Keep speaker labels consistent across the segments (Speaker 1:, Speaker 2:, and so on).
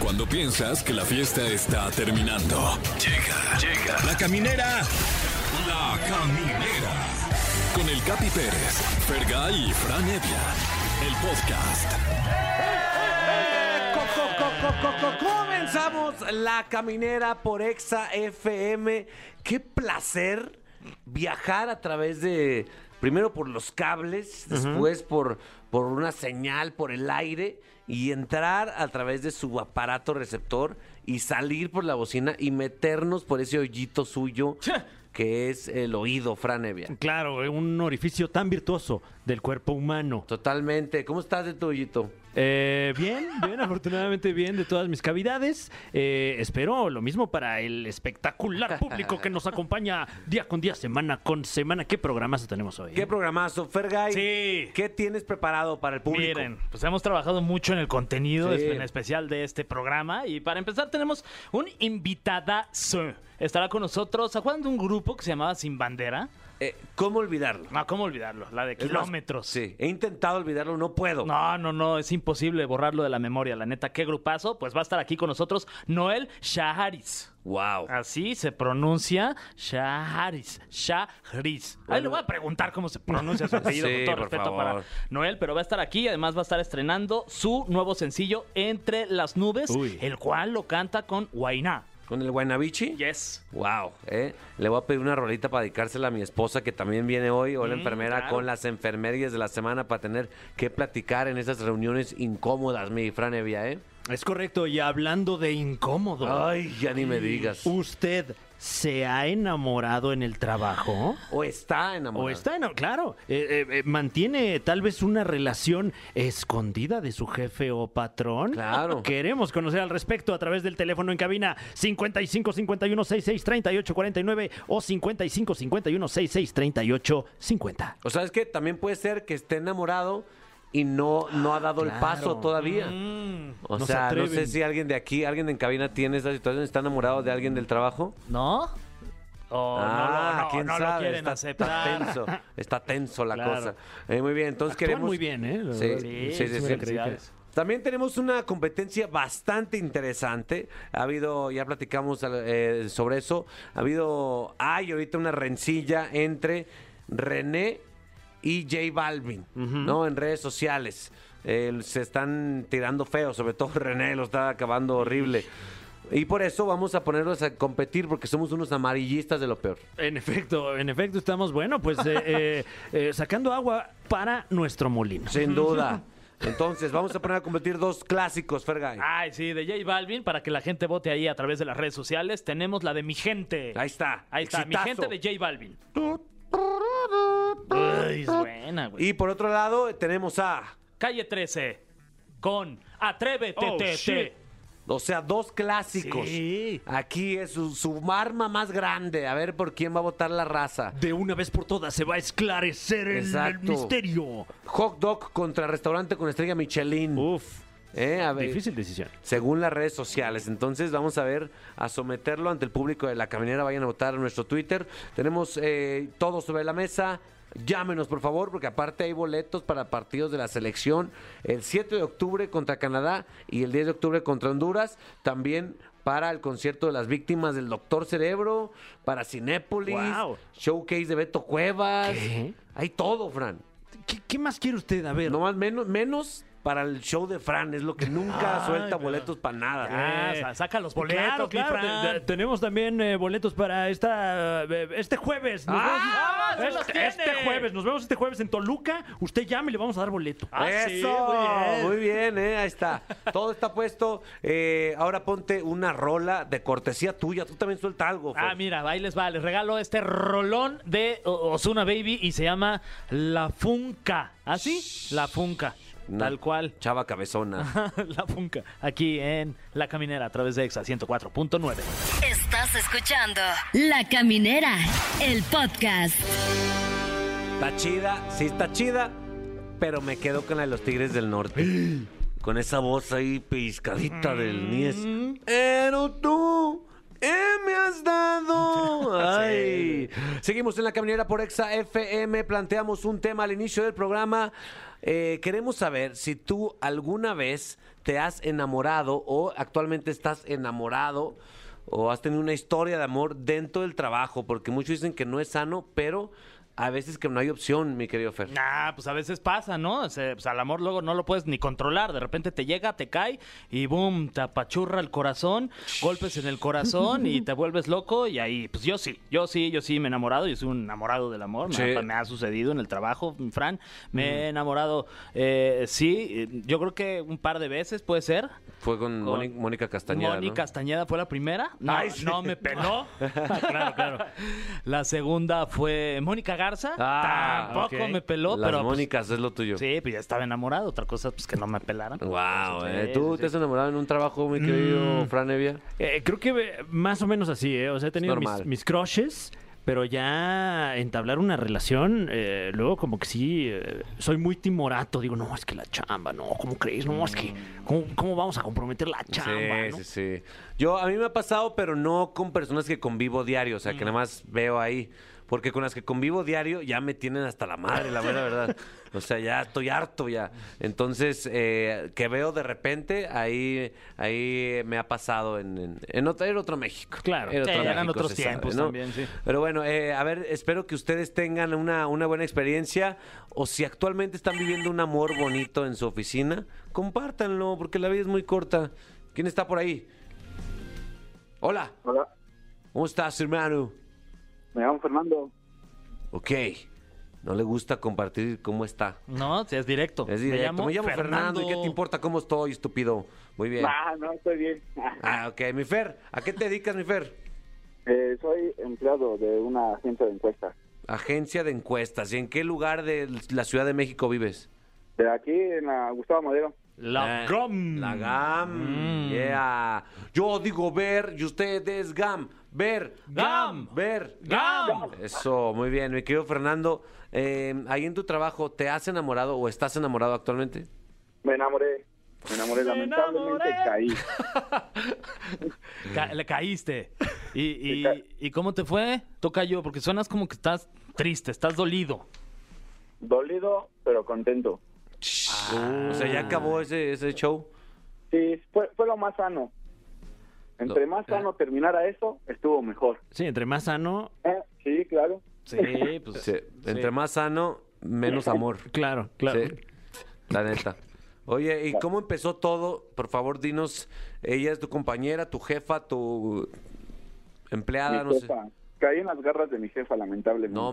Speaker 1: Cuando piensas que la fiesta está terminando. Llega, llega. La caminera. La caminera. Con el Capi Pérez, Fergay y Fran Evia. El podcast.
Speaker 2: Co- co- co- co- co- Comenzamos la caminera por Exa FM. Qué placer viajar a través de. Primero por los cables, después por, por una señal, por el aire, y entrar a través de su aparato receptor y salir por la bocina y meternos por ese hoyito suyo que es el oído, Fran Evia.
Speaker 3: Claro, eh, un orificio tan virtuoso del cuerpo humano.
Speaker 2: Totalmente. ¿Cómo estás de tu hoyito?
Speaker 3: Eh, bien, bien, afortunadamente bien de todas mis cavidades. Eh, espero lo mismo para el espectacular público que nos acompaña día con día, semana con semana. ¿Qué programas tenemos hoy? eh?
Speaker 2: ¿Qué programazo, Fergay?
Speaker 4: Sí.
Speaker 2: ¿Qué tienes preparado para el público?
Speaker 4: Miren, pues hemos trabajado mucho en el contenido,
Speaker 2: Sí.
Speaker 4: en especial de este programa. Y para empezar, tenemos un invitada. Estará con nosotros. ¿Se acuerdan de un grupo que se llamaba Sin Bandera?
Speaker 2: Eh, ¿Cómo olvidarlo?
Speaker 4: No, ¿cómo olvidarlo? La de
Speaker 2: Es más,
Speaker 4: kilómetros.
Speaker 2: sí, he intentado olvidarlo, no puedo.
Speaker 4: No, no, no, es imposible borrarlo de la memoria, la neta. Qué grupazo. Pues va a estar aquí con nosotros Noel Shaharis.
Speaker 2: Wow.
Speaker 3: Ah.
Speaker 4: Así se pronuncia Shaharis. Shaharis. Ahí le voy a preguntar cómo se pronuncia su apellido,
Speaker 2: Sí,
Speaker 4: con todo
Speaker 2: por
Speaker 4: respeto
Speaker 2: favor.
Speaker 4: para Noel, pero va a estar aquí. Además, va a estar estrenando su nuevo sencillo Entre las Nubes,
Speaker 3: Uy.
Speaker 4: el cual lo canta con Huayna.
Speaker 2: ¿Con el Guaynabichi?
Speaker 4: Yes.
Speaker 2: Wow. eh. Le voy a pedir una rolita para dedicársela a mi esposa que también viene hoy, o la
Speaker 4: Mm,
Speaker 2: enfermera,
Speaker 4: claro.
Speaker 2: con las enfermerías de la semana para tener que platicar en esas reuniones incómodas, mi Fran Evia, ¿eh?
Speaker 3: Es correcto, y hablando de incómodo.
Speaker 2: Ay, ya ni me digas.
Speaker 3: Uh. ¿Usted se ha enamorado en el trabajo?
Speaker 2: O está enamorada.
Speaker 3: O está enamorado, claro. eh, eh, eh, mantiene tal vez una relación escondida de su jefe o patrón.
Speaker 2: Claro.
Speaker 3: Queremos conocer al respecto a través del teléfono en cabina 55 51 66 38 49 o 55 51 66 38 50.
Speaker 2: O sabes que también puede ser que esté enamorado y no, no ha dado el
Speaker 3: Claro. Mm.
Speaker 2: paso todavía. O
Speaker 3: No se
Speaker 2: sea, no sé
Speaker 3: atreven.
Speaker 2: si alguien de aquí, alguien en cabina tiene esta situación, está enamorado de alguien del trabajo.
Speaker 4: ¿No? Oh, no lo- no,
Speaker 2: Ah, quién
Speaker 4: no lo
Speaker 2: sabe,
Speaker 4: quieren
Speaker 2: está,
Speaker 4: aceptar.
Speaker 2: está tenso, está tenso la
Speaker 3: Claro.
Speaker 2: cosa. Eh, muy bien, entonces
Speaker 3: Actúan
Speaker 2: queremos
Speaker 3: muy bien, ¿eh? La
Speaker 2: Sí,
Speaker 3: verdad,
Speaker 2: sí,
Speaker 3: sí
Speaker 2: sí, sí.
Speaker 3: me la creí que-
Speaker 4: Felicidades.
Speaker 2: También tenemos una competencia bastante interesante. Ha habido, ya platicamos al- eh, sobre eso. Ha habido, hay ahorita una rencilla entre René y J Balvin, ¿no? En redes sociales. Eh, se están tirando feo, sobre todo René lo está acabando horrible. Y por eso vamos a ponerlos a competir porque somos unos amarillistas de lo peor.
Speaker 3: En efecto, en efecto, estamos, bueno, pues eh, eh, eh, sacando agua para nuestro molino.
Speaker 2: Sin duda. Entonces, vamos a poner a competir dos clásicos, Fergay.
Speaker 4: Ay, sí, de J Balvin, para que la gente vote ahí a través de las redes sociales, tenemos la de mi gente.
Speaker 2: Ahí está.
Speaker 4: Ahí está, mi
Speaker 2: exitazo.
Speaker 4: gente de J Balvin. Ay, es buena, güey.
Speaker 2: Y por otro lado, tenemos a.
Speaker 4: Calle 13 con Atrévete,
Speaker 3: Oh,
Speaker 4: te,
Speaker 3: shit.
Speaker 4: te.
Speaker 2: O sea, dos clásicos.
Speaker 3: Sí.
Speaker 2: Aquí es su, su arma más grande. A ver por quién va a votar la raza.
Speaker 3: De una vez por todas se va a esclarecer el- el
Speaker 2: Exacto.
Speaker 3: misterio.
Speaker 2: Hot dog contra restaurante con estrella Michelin.
Speaker 4: Uh,
Speaker 3: Uf,
Speaker 2: Eh, a ver,
Speaker 3: difícil decisión.
Speaker 2: Según las redes sociales. Entonces vamos a ver, a someterlo ante el público de la caminera. Vayan a votar en nuestro Twitter. Tenemos eh, todo sobre la mesa. Llámenos, por favor, porque aparte hay boletos para partidos de la selección. El 7 de octubre contra Canadá y el 10 de octubre contra Honduras. También para el concierto de las víctimas del Doctor Cerebro, para Cinépolis,
Speaker 3: Guau.
Speaker 2: Showcase de Beto Cuevas.
Speaker 3: ¿Qué?
Speaker 2: Hay todo, Fran.
Speaker 3: ¿Qué, qué más quiere usted? A ver.
Speaker 2: No más, menos, menos para el show de Fran, es lo que nunca
Speaker 3: Ay,
Speaker 2: suelta
Speaker 3: pero-
Speaker 2: boletos para nada.
Speaker 4: Ah, sa- saca los boletos,
Speaker 3: Claro,
Speaker 4: mi
Speaker 3: claro,
Speaker 4: Fran.
Speaker 3: te- te- tenemos también eh, boletos para esta eh, este jueves. Nos
Speaker 2: ¡Ah,
Speaker 3: vemos-
Speaker 4: se los
Speaker 3: este,
Speaker 4: tiene!
Speaker 3: este jueves, nos vemos este jueves en Toluca. Usted llame y le vamos a dar boleto.
Speaker 4: Ah, sí,
Speaker 2: Eso,
Speaker 4: muy bien.
Speaker 2: muy bien, eh, ahí está. Todo está puesto. Eh, ahora ponte una rola de cortesía tuya. Tú también suelta algo. Fer.
Speaker 4: Ah, mira, ahí les va, les regalo este rolón de Osuna Baby y se llama La Funca. ¿Así? La Funca.
Speaker 2: Una
Speaker 4: Tal cual.
Speaker 2: Chava cabezona.
Speaker 4: la Funca. Aquí en La Caminera a través de Exa 104.9.
Speaker 5: Estás escuchando La Caminera, el podcast.
Speaker 2: está chida, sí está chida, pero me quedo con la de los Tigres del Norte. con esa voz ahí piscadita del Nies. Pero tú eh, me has dado. Ay, Ay. Seguimos en la caminera por Exa FM. Planteamos un tema al inicio del programa. Eh, queremos saber si tú alguna vez te has enamorado o actualmente estás enamorado o has tenido una historia de amor dentro del trabajo, porque muchos dicen que no es sano, pero a veces que no hay opción, mi querido Fer.
Speaker 4: Nah, pues a veces pasa, ¿no? O sea, pues al amor luego no lo puedes ni controlar. De repente te llega, te cae y boom, te apachurra el corazón, golpes en el corazón y te vuelves loco. Y ahí, pues yo sí, yo sí, yo sí me he enamorado. Yo soy un enamorado del amor. Me
Speaker 2: Sí.
Speaker 4: ha- Me, ha sucedido en el trabajo, Fran. Me he enamorado, eh, sí, eh, yo creo que un par de veces puede ser.
Speaker 2: Fue con,
Speaker 4: Con
Speaker 2: Moni- Mónica Castañeda.
Speaker 4: Moni
Speaker 2: ¿no?
Speaker 4: Castañeda fue la primera. No,
Speaker 2: Ay, sí.
Speaker 4: no me peló.
Speaker 3: claro, claro.
Speaker 4: La segunda fue Mónica Garza.
Speaker 2: Ah,
Speaker 4: Tampoco
Speaker 3: ok.
Speaker 4: me peló,
Speaker 2: Las
Speaker 4: pero. pues,
Speaker 2: Mónicas es lo tuyo.
Speaker 4: Sí, pues ya estaba enamorado. Otra cosa, pues que no me pelaran.
Speaker 2: Wow,
Speaker 4: Sí,
Speaker 2: eh.
Speaker 4: sí,
Speaker 2: ¿Tú
Speaker 4: sí.
Speaker 2: te has enamorado en un trabajo, mi querido Fran Evia?
Speaker 3: Eh, creo que eh, más o menos así, ¿eh? O sea, he tenido
Speaker 2: normal.
Speaker 3: mis, mis crushes, pero ya entablar una relación, eh, luego como que sí, eh, soy muy timorato. Digo, no, es que la chamba, no, ¿cómo crees? No, es que, ¿cómo, cómo vamos a comprometer la chamba?
Speaker 2: Mm. Sí,
Speaker 3: no?
Speaker 2: sí, sí. Yo, a mí me ha pasado, pero no con personas que convivo diario, o sea,
Speaker 4: Mm.
Speaker 2: que nada más veo ahí. Porque con las que convivo diario ya me tienen hasta la madre, la mera verdad. O sea, ya estoy harto ya. Entonces, eh, que veo de repente, ahí, ahí me ha pasado en, en, en otro, era otro México.
Speaker 3: Claro.
Speaker 2: Era
Speaker 4: Sí,
Speaker 2: otro
Speaker 4: eran
Speaker 2: México,
Speaker 4: otros
Speaker 2: se sabe,
Speaker 4: tiempos
Speaker 2: ¿no?
Speaker 4: también, sí.
Speaker 2: Pero bueno, eh, a ver, espero que ustedes tengan una, una buena experiencia o si actualmente están viviendo un amor bonito en su oficina, compártanlo porque la vida es muy corta. ¿Quién está por ahí? Hola,
Speaker 6: Hola,
Speaker 2: ¿cómo estás, hermano?
Speaker 6: me llamo Fernando.
Speaker 2: Ok, no le gusta compartir cómo está.
Speaker 4: No, sí, es directo.
Speaker 2: Es directo. Me llamo, Fernando. ¿y qué te importa cómo estoy, estúpido? Muy bien.
Speaker 6: Ah, no, estoy bien.
Speaker 2: Ah, ok, mi Fer, ¿a qué te dedicas, mi Fer?
Speaker 6: Eh, soy empleado de una agencia de encuestas.
Speaker 2: Agencia de encuestas. ¿Y en qué lugar de la Ciudad de México vives?
Speaker 6: De aquí en la Gustavo Madero.
Speaker 4: La
Speaker 2: Eh,
Speaker 4: GOM.
Speaker 2: La GAM. Yeah. Yo digo ver y ustedes GAM. Ver.
Speaker 4: Gam.
Speaker 2: Ver.
Speaker 4: GAM.
Speaker 2: Eso, muy bien. Mi querido Fernando, eh, ahí en tu trabajo, ¿te has enamorado o estás enamorado actualmente?
Speaker 6: Me enamoré. Me enamoré,
Speaker 4: Me
Speaker 6: lamentablemente
Speaker 4: enamoré.
Speaker 6: caí.
Speaker 4: Ca- le caíste. ¿Y, y,
Speaker 6: Me ca-
Speaker 4: ¿Y cómo te fue? Toca yo, porque suenas como que estás triste, estás dolido.
Speaker 6: Dolido, pero contento.
Speaker 2: O sea, ya acabó ese, ese show.
Speaker 6: Sí, fue, fue lo más sano. Entre
Speaker 2: Lo- eh.
Speaker 6: más sano terminara eso, estuvo mejor.
Speaker 3: Sí, entre más sano, eh,
Speaker 6: Eh, Sí, claro.
Speaker 4: Sí, pues.
Speaker 2: Sí. Entre más sano, menos amor.
Speaker 3: claro, claro.
Speaker 2: Sí, la neta. Oye, ¿y cómo empezó todo? Por favor, dinos. Ella es tu compañera, tu jefa, tu empleada, no
Speaker 6: mi
Speaker 2: sé.
Speaker 6: jefa. Caí en las garras de mi jefa, lamentablemente.
Speaker 2: No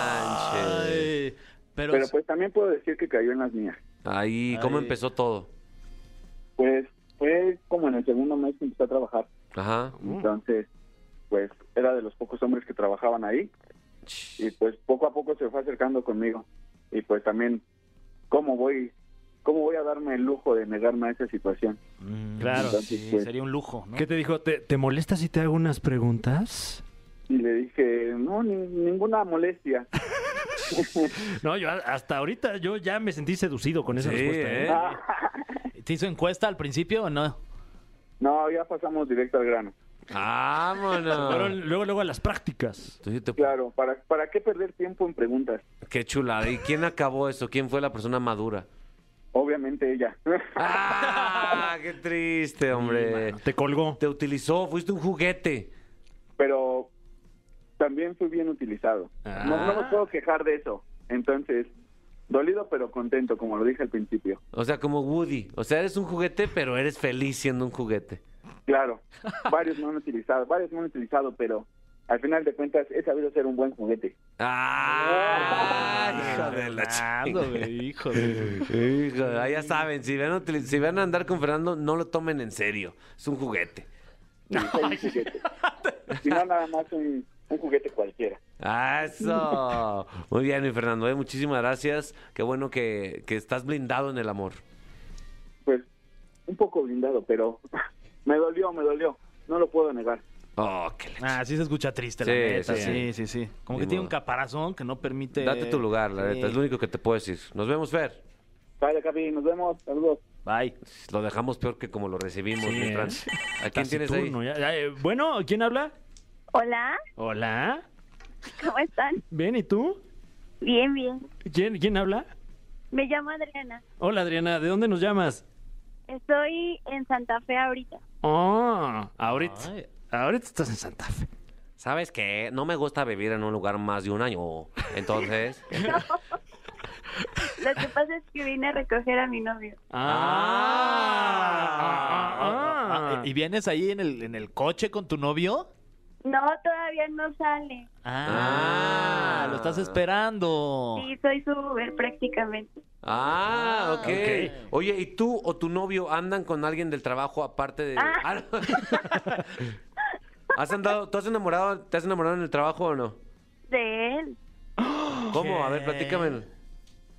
Speaker 2: manches.
Speaker 4: Ay, pero,
Speaker 6: Pero pues también puedo decir que cayó en las mías.
Speaker 2: Ahí, ¿cómo
Speaker 4: Ay.
Speaker 2: empezó todo?
Speaker 6: Pues fue como en el segundo mes que empecé a trabajar.
Speaker 2: Ajá.
Speaker 6: Entonces, pues era de los pocos hombres que trabajaban ahí y pues poco a poco se fue acercando conmigo. Y pues también, ¿cómo voy, cómo voy a darme el lujo de negarme a esa situación?
Speaker 4: Mm,
Speaker 3: Claro.
Speaker 4: sí,
Speaker 6: Pues-
Speaker 4: sería un lujo, ¿no?
Speaker 3: ¿Qué te dijo? ¿Te, te molesta si te hago unas preguntas?
Speaker 6: Y le dije, no, ni- ninguna molestia.
Speaker 3: No, yo a- hasta ahorita yo ya me sentí seducido con esa
Speaker 2: Sí,
Speaker 3: respuesta. ¿eh?
Speaker 2: ¿eh?
Speaker 4: ¿Te hizo encuesta al principio o no?
Speaker 6: No, ya pasamos directo al grano.
Speaker 2: Vámonos.
Speaker 3: Fueron luego, luego a las prácticas.
Speaker 2: Tú, yo te-
Speaker 6: Claro, ¿para, ¿para qué perder tiempo en preguntas?
Speaker 2: Qué chulada. ¿Y quién acabó eso? ¿Quién fue la persona madura?
Speaker 6: Obviamente ella.
Speaker 2: ¡Ah! ¡Qué triste, hombre!
Speaker 3: Te colgó.
Speaker 2: Te utilizó, fuiste un juguete.
Speaker 6: Pero también fui bien utilizado. No, no me puedo quejar de eso. Entonces, dolido pero contento, como lo dije al principio.
Speaker 2: O sea, como Woody. O sea, eres un juguete, pero eres feliz siendo un juguete.
Speaker 6: Claro, varios no han utilizado, varios no han utilizado, pero al final de cuentas he sabido ser un buen juguete.
Speaker 2: ¡Ah! Hijo de la
Speaker 4: Fernando,
Speaker 2: chingada.
Speaker 4: güey, hijo de-
Speaker 2: Hijo, ah, ya saben, si van, a utili- si van a andar con Fernando, no lo tomen en serio. Es un juguete.
Speaker 6: Y soy un juguete. Si no, nada más un, un juguete cualquiera.
Speaker 2: ¡Ah, ¡Eso! Muy bien, mi Fernando. eh, muchísimas gracias. Qué bueno que, que estás blindado en el amor.
Speaker 6: Pues un poco blindado, pero me dolió, me dolió. No lo puedo negar.
Speaker 2: Oh, qué la-
Speaker 4: Ah, sí se escucha triste, la
Speaker 2: Sí,
Speaker 4: neta.
Speaker 2: sí,
Speaker 4: Sí, sí, sí. Como
Speaker 2: Ni
Speaker 4: que tiene un
Speaker 2: modo.
Speaker 4: caparazón que no permite.
Speaker 2: Date tu lugar, la
Speaker 4: Sí.
Speaker 2: neta. Es lo único que te puedo decir. Nos vemos, Fer.
Speaker 6: Vale, Capi, nos vemos. Saludos.
Speaker 4: Bye.
Speaker 2: Lo dejamos peor que como lo recibimos,
Speaker 3: Sí,
Speaker 2: mi
Speaker 3: ¿eh?
Speaker 2: Fran. ¿A quién tienes ahí?
Speaker 3: Taciturno, ya- ya, eh, bueno, ¿quién habla?
Speaker 7: Hola,
Speaker 3: Hola.
Speaker 7: ¿Cómo están?
Speaker 3: Bien, ¿y tú?
Speaker 7: Bien, bien.
Speaker 3: ¿Quién, quién habla?
Speaker 7: Me llamo Adriana.
Speaker 3: Hola, Adriana, ¿de dónde nos llamas?
Speaker 7: Estoy en Santa Fe ahorita.
Speaker 3: Ah, ahorita. Ahorita estás en Santa Fe.
Speaker 2: ¿Sabes qué? No me gusta vivir en un lugar más de un año. Entonces.
Speaker 7: Lo que pasa es que vine a recoger a mi novio.
Speaker 3: Ah.
Speaker 4: Ah, ¿Y vienes ahí en el, en el coche con tu novio?
Speaker 7: No, todavía no sale.
Speaker 4: Ah,
Speaker 2: Ah.
Speaker 4: lo estás esperando.
Speaker 7: Sí, soy su Uber prácticamente.
Speaker 2: Ah, ok.
Speaker 3: ok.
Speaker 2: Oye, ¿y tú o tu novio andan con alguien del trabajo aparte de.
Speaker 7: Ah.
Speaker 2: Ah, no. ¿Has andado, ¿Tú has enamorado, te has enamorado en el trabajo o no?
Speaker 7: De él.
Speaker 2: ¿Cómo? A ver, platícame.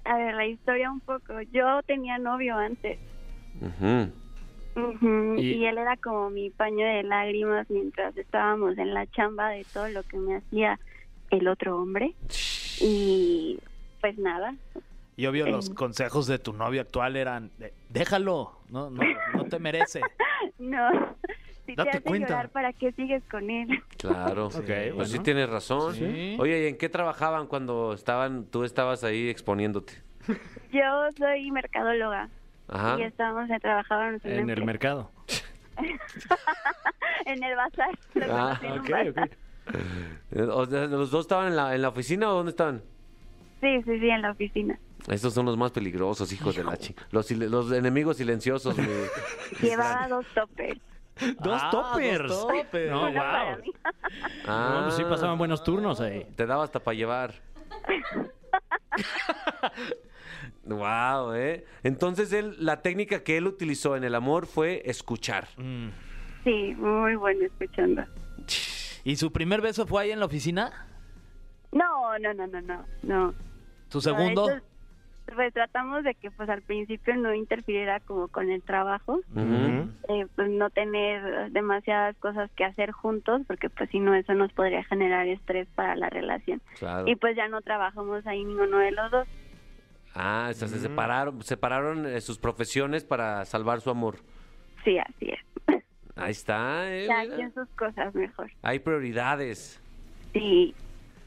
Speaker 7: A ver, la historia un poco. Yo tenía novio antes.
Speaker 2: Ujú.
Speaker 7: Ujú,
Speaker 3: Y-
Speaker 7: Y... él era como mi paño de lágrimas mientras estábamos en la chamba de todo lo que me hacía el otro hombre. Y pues nada.
Speaker 4: Y obvio, los consejos de tu novio actual eran: eh, déjalo, no, no, no te merece.
Speaker 7: No. Si
Speaker 4: Date
Speaker 7: te hace
Speaker 4: cuenta.
Speaker 7: llorar, ¿para qué sigues con él?
Speaker 2: Claro.
Speaker 3: Ok,
Speaker 2: pues
Speaker 3: bueno.
Speaker 2: sí tienes razón.
Speaker 4: Sí.
Speaker 2: Oye, ¿y en qué trabajaban cuando estaban, tú estabas ahí exponiéndote?
Speaker 7: Yo soy mercadóloga.
Speaker 2: Ajá.
Speaker 7: Y estábamos trabajando en,
Speaker 3: En
Speaker 7: una
Speaker 3: el
Speaker 7: empresa-
Speaker 3: mercado.
Speaker 7: en el bazar. Lo
Speaker 2: Ah,
Speaker 7: conocí en un
Speaker 3: Ok,
Speaker 7: bazar.
Speaker 3: ok.
Speaker 2: Eh, O sea, ¿Los dos estaban en la, en la oficina o dónde estaban?
Speaker 7: Sí, sí, sí, en la oficina.
Speaker 2: Estos son los más peligrosos, hijos de la chica. Los, sil- los enemigos silenciosos. mi- mi
Speaker 7: Llevaba
Speaker 2: Fran.
Speaker 7: dos toppers.
Speaker 3: Dos
Speaker 4: Ah,
Speaker 3: toppers.
Speaker 4: dos toppers.
Speaker 3: No,
Speaker 7: Uno para
Speaker 3: Oh, wow.
Speaker 7: mí.
Speaker 2: Ah,
Speaker 3: No, pues sí pasaban buenos turnos ahí.
Speaker 2: Te daba hasta para llevar. wow, ¿eh? Entonces, él, la técnica que él utilizó en el amor fue escuchar.
Speaker 4: Mm.
Speaker 7: Sí, muy bueno escuchando.
Speaker 4: ¿Y su primer beso fue ahí en la oficina?
Speaker 7: No, no, no, no, no. no.
Speaker 4: ¿Tu segundo?
Speaker 7: No, eso- pues tratamos de que pues al principio no interfiriera como con el trabajo,
Speaker 2: Ujú.
Speaker 7: eh, pues no tener demasiadas cosas que hacer juntos, porque pues si no eso nos podría generar estrés para la relación.
Speaker 2: Claro.
Speaker 7: Y pues ya no trabajamos ahí ninguno de los dos.
Speaker 2: Ah, o sea, se separaron, separaron eh, sus profesiones para salvar su amor.
Speaker 7: Sí, así es.
Speaker 2: Ahí está, ¿eh?
Speaker 7: Cada
Speaker 2: mira.
Speaker 7: quien sus cosas mejor.
Speaker 2: Hay prioridades.
Speaker 7: Sí,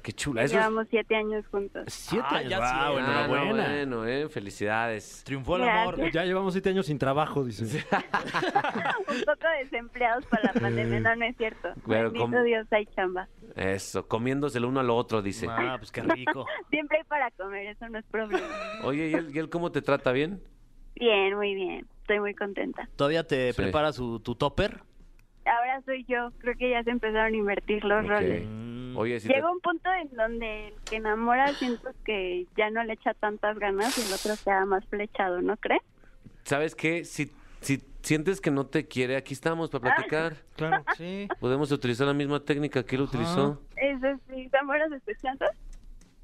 Speaker 2: Qué chula. Eso es-
Speaker 7: llevamos siete años juntos.
Speaker 3: Siete
Speaker 4: Ah,
Speaker 3: años.
Speaker 4: ya
Speaker 3: Wow,
Speaker 4: siete.
Speaker 2: Ah, no,
Speaker 3: enhorabuena.
Speaker 2: bueno, ¿eh? Felicidades.
Speaker 4: Triunfó el
Speaker 7: Gracias.
Speaker 4: amor.
Speaker 3: Ya llevamos siete años sin trabajo, dice.
Speaker 7: Un poco desempleados para la pandemia, no, no es cierto.
Speaker 2: Pero
Speaker 7: Bendito
Speaker 2: como-
Speaker 7: Dios, hay chamba.
Speaker 2: Eso, comiéndose el uno al otro, dice.
Speaker 4: Ah, pues qué rico.
Speaker 7: Siempre hay para comer, eso no es problema.
Speaker 2: Oye, ¿y él, y él cómo te trata bien?
Speaker 7: Bien, muy bien. Estoy muy contenta.
Speaker 4: ¿Todavía te
Speaker 2: Sí.
Speaker 4: prepara su, tu topper?
Speaker 7: Ahora soy yo. Creo que ya se empezaron a invertir los roles.
Speaker 2: Ok. Oye, si te-
Speaker 7: Llega un punto en donde el que enamora siento que ya no le echa tantas ganas y el otro queda más flechado, ¿no crees?
Speaker 2: ¿sabes qué? Si, si sientes que no te quiere, aquí estamos para platicar.
Speaker 3: Claro.
Speaker 4: Sí.
Speaker 2: Podemos utilizar la misma técnica que él utilizó.
Speaker 7: Eso sí, son buenos escuchando.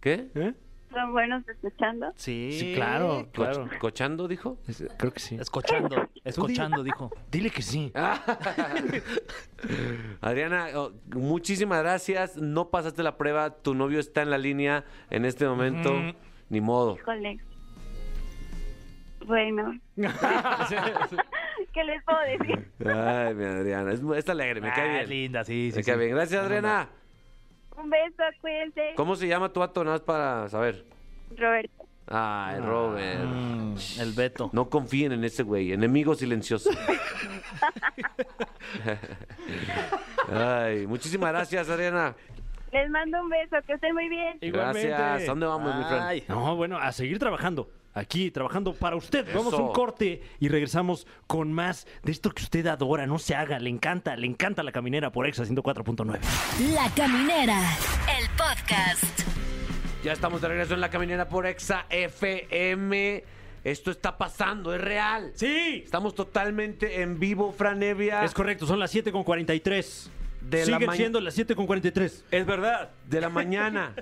Speaker 2: ¿Qué?
Speaker 3: ¿Eh?
Speaker 7: Son buenos escuchando.
Speaker 4: Sí.
Speaker 3: Sí, claro,
Speaker 2: Co-
Speaker 3: claro.
Speaker 2: ¿Cochando, dijo?
Speaker 3: Es- Creo que sí.
Speaker 4: Escuchando, escuchando, dijo.
Speaker 3: Dile que sí.
Speaker 2: Ah. Adriana, oh, muchísimas gracias. No pasaste la prueba. Tu novio está en la línea en este momento. Ni modo.
Speaker 7: Colex. Bueno. ¿Qué les puedo decir?
Speaker 2: Ay, mi Adriana. Es, es alegre, me cae
Speaker 4: Ah,
Speaker 2: bien.
Speaker 4: es linda, sí, sí.
Speaker 2: me cae
Speaker 4: sí.
Speaker 2: bien. Gracias, Adriana.
Speaker 7: Un beso, cuídense.
Speaker 2: ¿Cómo se llama tu vato? Nada más para saber.
Speaker 7: Roberto.
Speaker 3: Ah.
Speaker 2: Ay, Robert.
Speaker 4: Mm, el Beto.
Speaker 2: No confíen en ese güey, enemigo silencioso. Ay, muchísimas gracias, Adriana.
Speaker 7: Les mando un beso, que estén muy bien.
Speaker 3: Igualmente.
Speaker 2: Gracias. ¿A dónde vamos, mi friend?
Speaker 4: Ay.
Speaker 3: No, bueno, a seguir trabajando. Aquí, trabajando para usted. Vamos a
Speaker 2: Eso.
Speaker 3: un corte y regresamos con más de esto que usted adora. No se haga, le encanta, le encanta la caminera por Exa 104.9.
Speaker 5: La Caminera, el podcast.
Speaker 2: Ya estamos de regreso en la caminera por Exa FM. Esto está pasando, es real.
Speaker 3: ¡Sí!
Speaker 2: Estamos totalmente en vivo, Franevia.
Speaker 3: Es correcto, son las 7 con 43.
Speaker 2: De la
Speaker 3: Siguen
Speaker 2: ma-
Speaker 3: siendo las 7 con 43.
Speaker 2: Es verdad. De la mañana.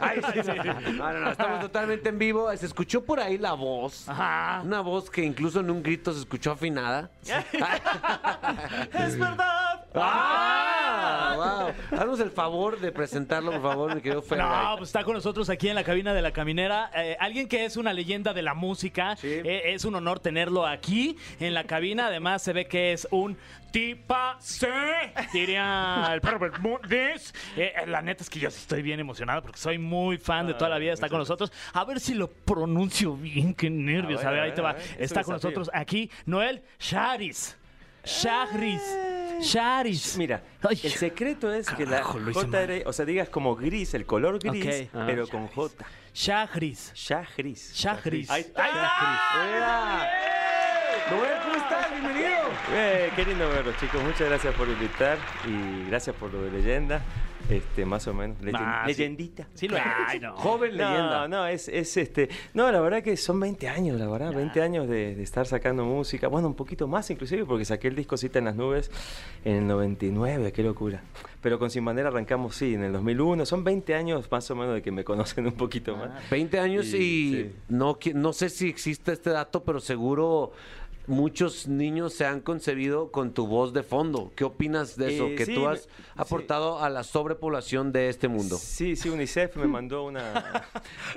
Speaker 2: Ay, sí, sí. No, no, no, estamos totalmente en vivo. Se escuchó por ahí la voz.
Speaker 3: Ajá.
Speaker 2: Una voz que incluso en un grito se escuchó afinada.
Speaker 3: ¡Es verdad!
Speaker 2: ¡Ah! wow. Haznos el favor de presentarlo, por favor, mi querido Fergay.
Speaker 4: No, pues está con nosotros aquí en la cabina de la caminera. eh, alguien que es una leyenda de la música.
Speaker 2: Sí.
Speaker 4: Eh, es un honor tenerlo aquí en la cabina. Además, se ve que es un tipa C. Diría el perro Bermúdez. Eh, eh, la neta es que yo sí estoy bien emocionado porque soy muy fan de toda la vida. Está con nosotros. A ver si lo pronuncio bien. Qué nervios.
Speaker 2: ver,
Speaker 4: A ver,
Speaker 2: a
Speaker 4: ahí
Speaker 2: ver,
Speaker 4: te
Speaker 2: a
Speaker 4: va.
Speaker 2: ver, es un
Speaker 4: Está con
Speaker 2: desafío.
Speaker 4: nosotros aquí Noel Sharis. Sharis. Sharis.
Speaker 8: Mira,
Speaker 4: Ay.
Speaker 8: el secreto es que la
Speaker 4: Carajo, lo hice mal.
Speaker 8: JR, o sea, digas como gris, el color gris,
Speaker 4: Ok. Ah.
Speaker 8: pero con J.
Speaker 4: Sharis.
Speaker 8: Ya gris.
Speaker 4: Sharis.
Speaker 8: Ahí está. Ah.
Speaker 2: Noel, ¿cómo estás? Bienvenido.
Speaker 8: Eh, qué lindo verlos, chicos. Muchas gracias por invitar y gracias por lo de leyenda. Este, más o menos. Leyen-
Speaker 4: Ah, sí.
Speaker 8: Leyendita.
Speaker 4: Sí, lo Ay, no.
Speaker 2: Joven leyenda.
Speaker 8: No, no, es, es este. No, la verdad que son 20 años, la verdad, 20 años de, de estar sacando música. Bueno, un poquito más inclusive, porque saqué el disco Cita en las Nubes en el 99, qué locura. Pero con Sin Bandera arrancamos, sí, en el 2001. Son 20 años más o menos de que me conocen un poquito más.
Speaker 2: 20 años y,
Speaker 8: Sí.
Speaker 2: no, qui- no sé si existe este dato, pero seguro muchos niños se han concebido con tu voz de fondo. ¿Qué opinas de eso?
Speaker 8: Eh,
Speaker 2: que
Speaker 8: sí,
Speaker 2: tú
Speaker 8: me-
Speaker 2: has
Speaker 8: sí.
Speaker 2: aportado a la sobrepoblación de este mundo.
Speaker 8: Sí, sí, UNICEF me mandó una,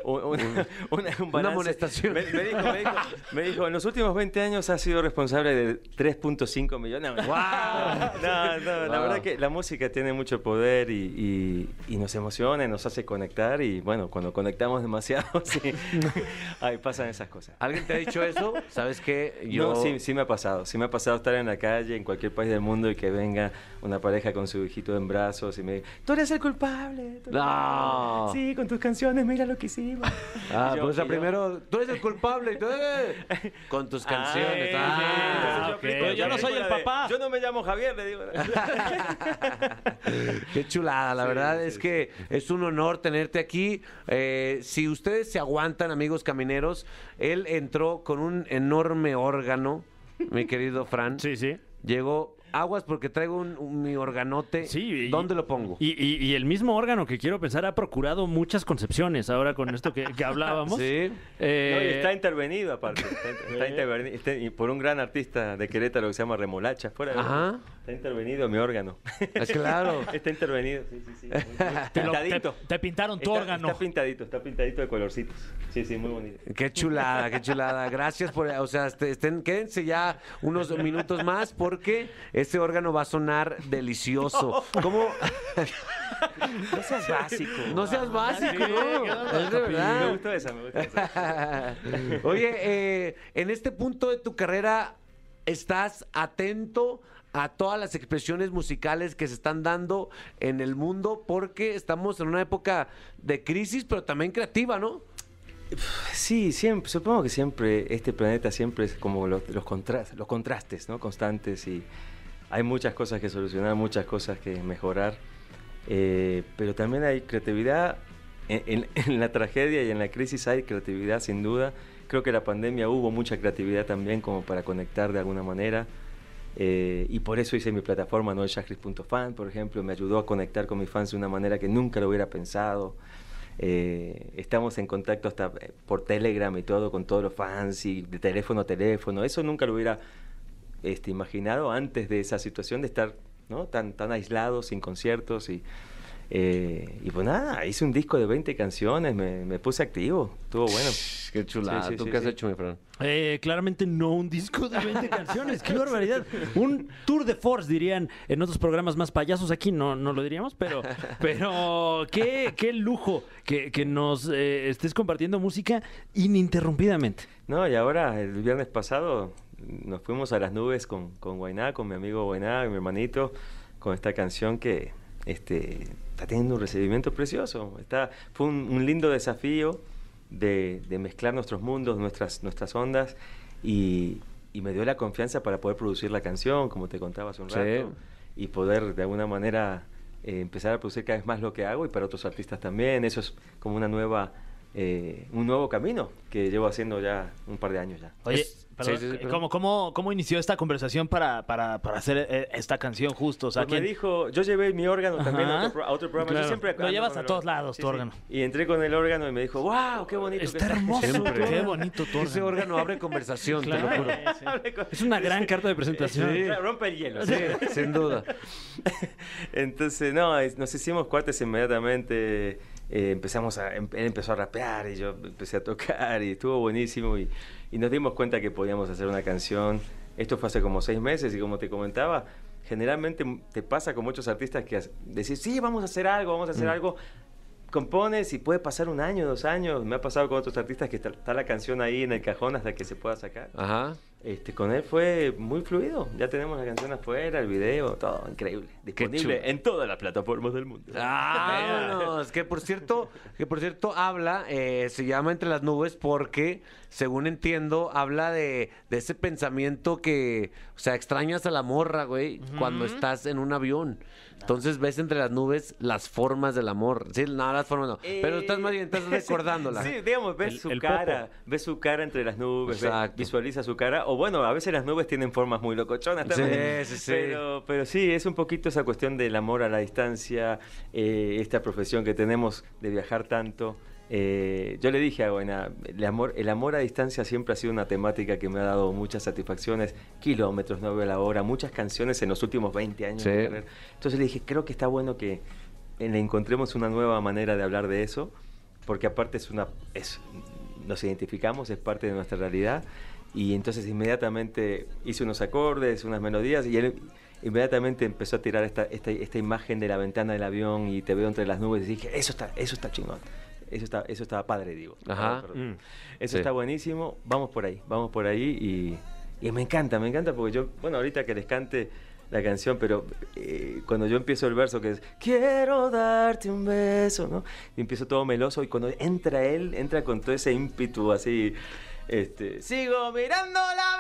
Speaker 8: un- un- una- un
Speaker 2: Una
Speaker 8: balance.
Speaker 2: amonestación.
Speaker 8: Me, me dijo, me, dijo, me dijo, en los últimos 20 años has sido responsable de 3.5 millones. No, no, no, la
Speaker 2: Wow.
Speaker 8: verdad que la música tiene mucho poder y, y- y nos emociona y nos hace conectar. Y bueno, cuando conectamos demasiado, sí, ahí pasan esas cosas.
Speaker 2: ¿Alguien te ha dicho eso? ¿Sabes qué? Yo...
Speaker 8: No, sí, sí me ha pasado. Sí me ha pasado estar en la calle, en cualquier país del mundo, y que venga una pareja con su hijito en brazos y me diga, tú eres el culpable. tú eres el
Speaker 2: No.
Speaker 8: culpable. Sí, con tus canciones, mira lo que hicimos.
Speaker 2: Ah,
Speaker 8: Y yo-
Speaker 2: pues o sea,
Speaker 8: y yo-
Speaker 2: primero, tú eres el culpable y tú eh, con tus canciones.
Speaker 8: Ah, sí, entonces
Speaker 2: Ah,
Speaker 8: yo aplico
Speaker 4: ok.
Speaker 8: la
Speaker 4: Yo no soy el
Speaker 8: película de,
Speaker 4: papá.
Speaker 8: Yo no me llamo Javier, le digo.
Speaker 2: Qué chulada, la verdad
Speaker 8: sí,
Speaker 2: es que es un honor tenerte aquí. Eh, si ustedes se aguantan, amigos camineros, él entró con un enorme órgano, mi querido Fran.
Speaker 3: Sí, sí.
Speaker 2: Llegó aguas porque traigo un- un- mi organote.
Speaker 3: Sí, y-
Speaker 2: ¿Dónde lo pongo?
Speaker 3: Y, y- y el mismo órgano que quiero pensar ha procurado muchas concepciones ahora con esto que, que hablábamos.
Speaker 2: Sí.
Speaker 3: Eh,
Speaker 8: No, y está intervenido aparte. Está,
Speaker 2: eh.
Speaker 8: está interveni- está- y por un gran artista de Querétaro que se llama Remolacha. Fuera de
Speaker 2: Ajá.
Speaker 8: Está intervenido mi órgano.
Speaker 2: Ah, Claro.
Speaker 8: Está intervenido, sí, sí, sí. muy- muy
Speaker 4: Te, lo- te-
Speaker 8: pintadito.
Speaker 4: te pintaron tu
Speaker 8: está,
Speaker 4: órgano.
Speaker 8: Está pintadito, está pintadito de colorcitos. Sí, sí, muy bonito.
Speaker 2: Qué chulada, qué chulada. Gracias por, o sea, este- estén, quédense ya unos minutos más porque este órgano va a sonar delicioso. ¿Cómo?
Speaker 8: No seas básico.
Speaker 2: No seas básico, no. Es de
Speaker 8: Me
Speaker 2: verdad.
Speaker 8: gustó esa, me gustó esa.
Speaker 2: Oye, eh, en este punto de tu carrera, ¿estás atento a todas las expresiones musicales que se están dando en el mundo? Porque estamos en una época de crisis, pero también creativa, ¿no?
Speaker 8: Sí, siempre, supongo que siempre, este planeta siempre es como los, los, contras- los contrastes, ¿no? Constantes y hay muchas cosas que solucionar, muchas cosas que mejorar, eh, pero también hay creatividad, en, en- en la tragedia y en la crisis hay creatividad sin duda, creo que la pandemia hubo mucha creatividad también como para conectar de alguna manera. eh, y por eso hice mi plataforma noelchagris.fan, por ejemplo, me ayudó a conectar con mis fans de una manera que nunca lo hubiera pensado. Eh, estamos en contacto hasta eh, por Telegram y todo con todos los fans y de teléfono a teléfono. Eso nunca lo hubiera este, imaginado antes de esa situación de estar ¿no? tan, tan aislado, sin conciertos. Y, eh, y pues nada, hice un disco de 20 canciones, me, me puse activo, estuvo bueno.
Speaker 2: Qué
Speaker 8: chulada. ¿Tú qué has hecho,
Speaker 2: mi Fran?
Speaker 3: eh, claramente no un disco de 20 canciones. ¡Qué barbaridad! Un tour de force, dirían en otros programas más payasos. Aquí no, no lo diríamos, pero, pero qué, qué lujo que, que nos eh, estés compartiendo música ininterrumpidamente.
Speaker 8: No, y ahora el viernes pasado nos fuimos a las nubes con, con Guainá, con mi amigo Guainá, mi hermanito, con esta canción que este, está teniendo un recibimiento precioso. Está, fue un, un lindo desafío de, de mezclar nuestros mundos, nuestras, nuestras ondas, y, y me dio la confianza para poder producir la canción, como te contaba hace un
Speaker 2: Sí.
Speaker 8: rato, y poder de alguna manera eh, empezar a producir cada vez más lo que hago y para otros artistas también. Eso es como una nueva eh, un nuevo camino que llevo haciendo ya un par de años ya.
Speaker 4: Oye,
Speaker 2: Es-
Speaker 4: perdón, eh,
Speaker 2: sí, sí, sí, perdón.
Speaker 4: ¿cómo, cómo, cómo inició esta conversación para, para, para hacer eh, esta canción justo? O sea,
Speaker 8: Pues me
Speaker 4: ¿quién-
Speaker 8: dijo, yo llevé mi órgano también a
Speaker 4: Ajá.
Speaker 8: otro, pro- a otro programa.
Speaker 4: Claro.
Speaker 8: Yo siempre
Speaker 4: Lo
Speaker 8: ando
Speaker 4: llevas
Speaker 8: con
Speaker 4: a
Speaker 8: el
Speaker 4: todos lados, tu órgano.
Speaker 8: Y entré con el órgano y me dijo, wow, qué bonito. que
Speaker 3: Está hermoso.
Speaker 2: Siempre.
Speaker 3: tu
Speaker 4: Qué
Speaker 3: órgano.
Speaker 4: bonito tu
Speaker 2: Ese
Speaker 4: órgano.
Speaker 2: órgano abre conversación, te lo juro.
Speaker 3: Es una gran carta de presentación.
Speaker 2: Sí.
Speaker 8: Claro, Rompe el hielo.
Speaker 2: Sí, sin duda.
Speaker 8: Entonces, no, es- nos hicimos cuates inmediatamente. eh, empezamos a, em- él empezó a rapear y yo empecé a tocar y estuvo buenísimo. Y, y nos dimos cuenta que podíamos hacer una canción. Esto fue hace como seis meses y como te comentaba, generalmente m- te pasa con muchos artistas que as- decís, sí, vamos a hacer algo, vamos a
Speaker 2: Mm.
Speaker 8: hacer algo. Compones y puede pasar un año, dos años. Me ha pasado con otros artistas que está, está la canción ahí en el cajón hasta que se pueda sacar.
Speaker 2: Ajá.
Speaker 8: Este, con él fue muy fluido. Ya tenemos la canción afuera, el video, todo increíble.
Speaker 2: chulo. Ah,
Speaker 8: Disponible en todas las plataformas del mundo.
Speaker 2: Vámonos, que por cierto, que por cierto habla, eh, se llama Entre las Nubes porque, según entiendo, habla de, de ese pensamiento que, o sea, extrañas a la morra, güey, cuando estás en un avión. Entonces ves entre las nubes las formas del amor. Sí, no, las formas no. Pero estás más bien, estás recordándola.
Speaker 8: Eh. Sí, digamos, ves
Speaker 3: El-
Speaker 8: su
Speaker 3: el
Speaker 8: cara,
Speaker 3: popo.
Speaker 8: ves su cara entre las nubes, ve-
Speaker 2: Exacto.
Speaker 8: visualiza su cara. O bueno, a veces las nubes tienen formas muy locochonas
Speaker 2: Sí,
Speaker 8: también.
Speaker 2: sí, sí.
Speaker 8: Pero, pero sí, es un poquito esa cuestión del amor a la distancia, eh, esta profesión que tenemos de viajar tanto. Eh, yo le dije a Buena, el amor, el amor a distancia siempre ha sido una temática que me ha dado muchas satisfacciones, kilómetros, nueve a la hora, muchas canciones en los últimos 20 años.
Speaker 2: Sí.
Speaker 8: de carrera. Entonces le dije, creo que está bueno que eh, le encontremos una nueva manera de hablar de eso, porque aparte es una, es, nos identificamos, es parte de nuestra realidad. Y entonces inmediatamente hice unos acordes, unas melodías, y él inmediatamente empezó a tirar esta, esta, esta imagen de la ventana del avión y te veo entre las nubes. Y dije, eso está, eso está chingón. Eso está, eso está padre, digo.
Speaker 2: Ajá.
Speaker 8: Ah, Perdón.
Speaker 3: Mm.
Speaker 8: Eso
Speaker 2: Sí.
Speaker 8: está buenísimo. Vamos por ahí, vamos por ahí. Y, y me encanta, me encanta porque yo, bueno, ahorita que les cante la canción, pero eh, cuando yo empiezo el verso que es quiero darte un beso, ¿no? Y empiezo todo meloso y cuando entra él, entra con todo ese ímpetu así. Este, sigo mirando la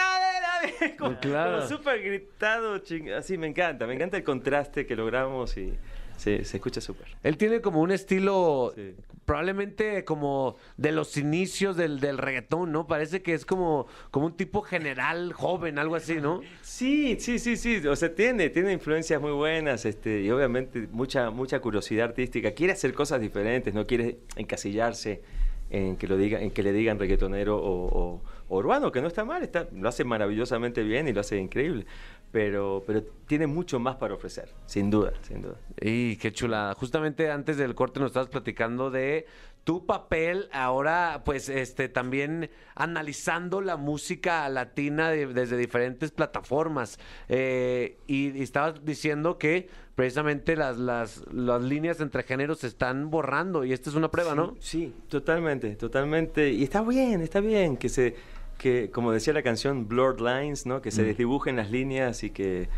Speaker 8: ventana de la como,
Speaker 2: Claro.
Speaker 8: como súper gritado, ching- así me encanta, me encanta el contraste que logramos y se, se escucha súper.
Speaker 2: Él tiene como un estilo,
Speaker 8: Sí.
Speaker 2: probablemente como de los inicios del, del reggaetón, ¿no? Parece que es como, como un tipo general joven, algo así, ¿no?
Speaker 8: Sí, sí, sí, sí. O sea, tiene, tiene influencias muy buenas, este, y obviamente mucha, mucha curiosidad artística. Quiere hacer cosas diferentes, no quiere encasillarse en que lo diga, en que le digan reggaetonero o, o- o urbano, que no está mal, está, lo hace maravillosamente bien y lo hace increíble. Pero, pero tiene mucho más para ofrecer, sin duda, sin duda.
Speaker 2: Y qué chulada. Justamente antes del corte nos estabas platicando de tu papel ahora, pues, este, también analizando la música latina de- desde diferentes plataformas. Eh, y, y estabas diciendo que precisamente las, las, las líneas entre géneros se están borrando y esta es una prueba,
Speaker 8: Sí,
Speaker 2: ¿no?
Speaker 8: Sí, totalmente, totalmente. Y está bien, está bien que se, que como decía la canción Blurred Lines, ¿no?
Speaker 2: Mm.
Speaker 8: Que se desdibujen las líneas y que,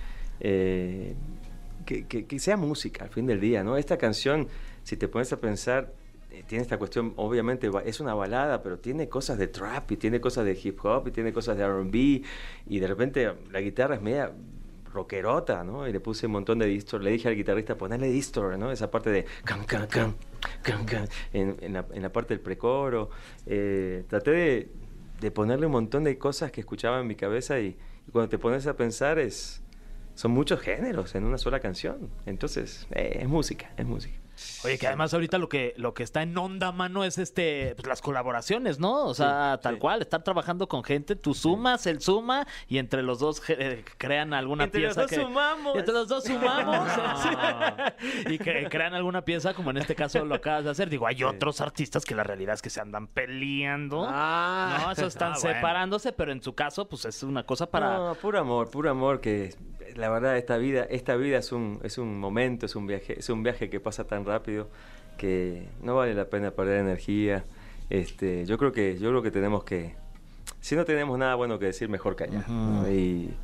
Speaker 8: eh, que, que- que sea música al fin del día, ¿no? Esta canción, si te pones a pensar, eh, tiene esta cuestión, obviamente ba- es una balada, pero tiene cosas de trap y tiene cosas de hip hop y tiene cosas de R&B y de repente la guitarra es media rockerota, ¿no? Y le puse un montón de distor. Le dije al guitarrista, ponerle distor, ¿no? Esa parte de cam, cam, cam, cam, cam, en, en la, en la parte del precoro. Eh, traté de, de ponerle un montón de cosas que escuchaba en mi cabeza y, y cuando te pones a pensar es... Son muchos géneros en una sola canción. Entonces, eh, es música, es música.
Speaker 4: Oye, que además ahorita lo que, lo que está en onda, mano, es este pues, las colaboraciones, ¿no? O sea, tal cual, estar trabajando con gente, tú sumas, él suma, y entre los dos eh, crean alguna
Speaker 8: Entre los
Speaker 4: pieza.
Speaker 8: dos
Speaker 4: que-
Speaker 8: sumamos.
Speaker 4: Entre los dos sumamos. y que crean alguna pieza, como en este caso lo acabas de hacer. Digo, hay otros artistas que la realidad es que se andan peleando.
Speaker 2: Ah.
Speaker 4: no, eso están
Speaker 3: Ah, bueno.
Speaker 4: separándose, pero en su caso, pues es una cosa para.
Speaker 8: No, puro amor, puro amor que la verdad esta vida, esta vida es un, es un momento, es un viaje, es un viaje que pasa tan rápido que no vale la pena perder energía. Este, yo creo que, yo creo que tenemos que, si no tenemos nada bueno que decir, mejor callar. ¿no? y,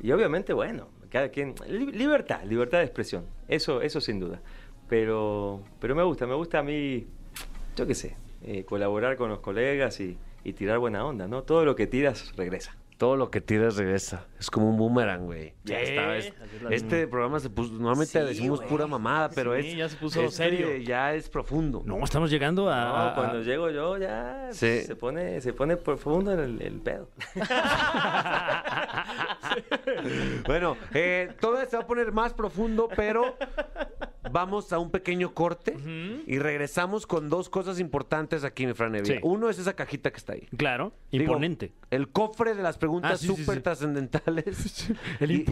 Speaker 8: y obviamente, bueno, cada quien, li- libertad, libertad de expresión, eso, eso sin duda. Pero, pero me gusta, me gusta a mí, yo qué sé, eh, colaborar con los colegas y, y tirar buena onda, ¿no? Todo lo que tiras regresa.
Speaker 2: Todo lo que tiras regresa. Es como un boomerang, güey. Ya
Speaker 4: Sí,
Speaker 2: está. es-
Speaker 4: así es la
Speaker 2: este programa se puso. Normalmente
Speaker 4: Sí,
Speaker 2: decimos
Speaker 4: güey.
Speaker 2: pura mamada, pero
Speaker 4: Sí,
Speaker 2: es.
Speaker 4: ya se puso
Speaker 2: este
Speaker 4: serio.
Speaker 2: Ya es profundo.
Speaker 3: No, estamos llegando a.
Speaker 8: No,
Speaker 3: a- a-
Speaker 8: cuando llego yo ya
Speaker 2: Sí.
Speaker 8: se pone se pone profundo el, el pedo.
Speaker 2: Bueno, eh, todavía se va a poner más profundo, pero vamos a un pequeño corte y regresamos con dos cosas importantes aquí, mi Fran Evia.
Speaker 3: Sí.
Speaker 2: Uno es esa cajita que está ahí.
Speaker 3: Claro,
Speaker 2: Digo,
Speaker 3: imponente.
Speaker 2: el cofre de las preguntas
Speaker 3: Ah, sí, sí,
Speaker 2: súper
Speaker 3: sí.
Speaker 2: trascendentales.
Speaker 3: El
Speaker 2: y,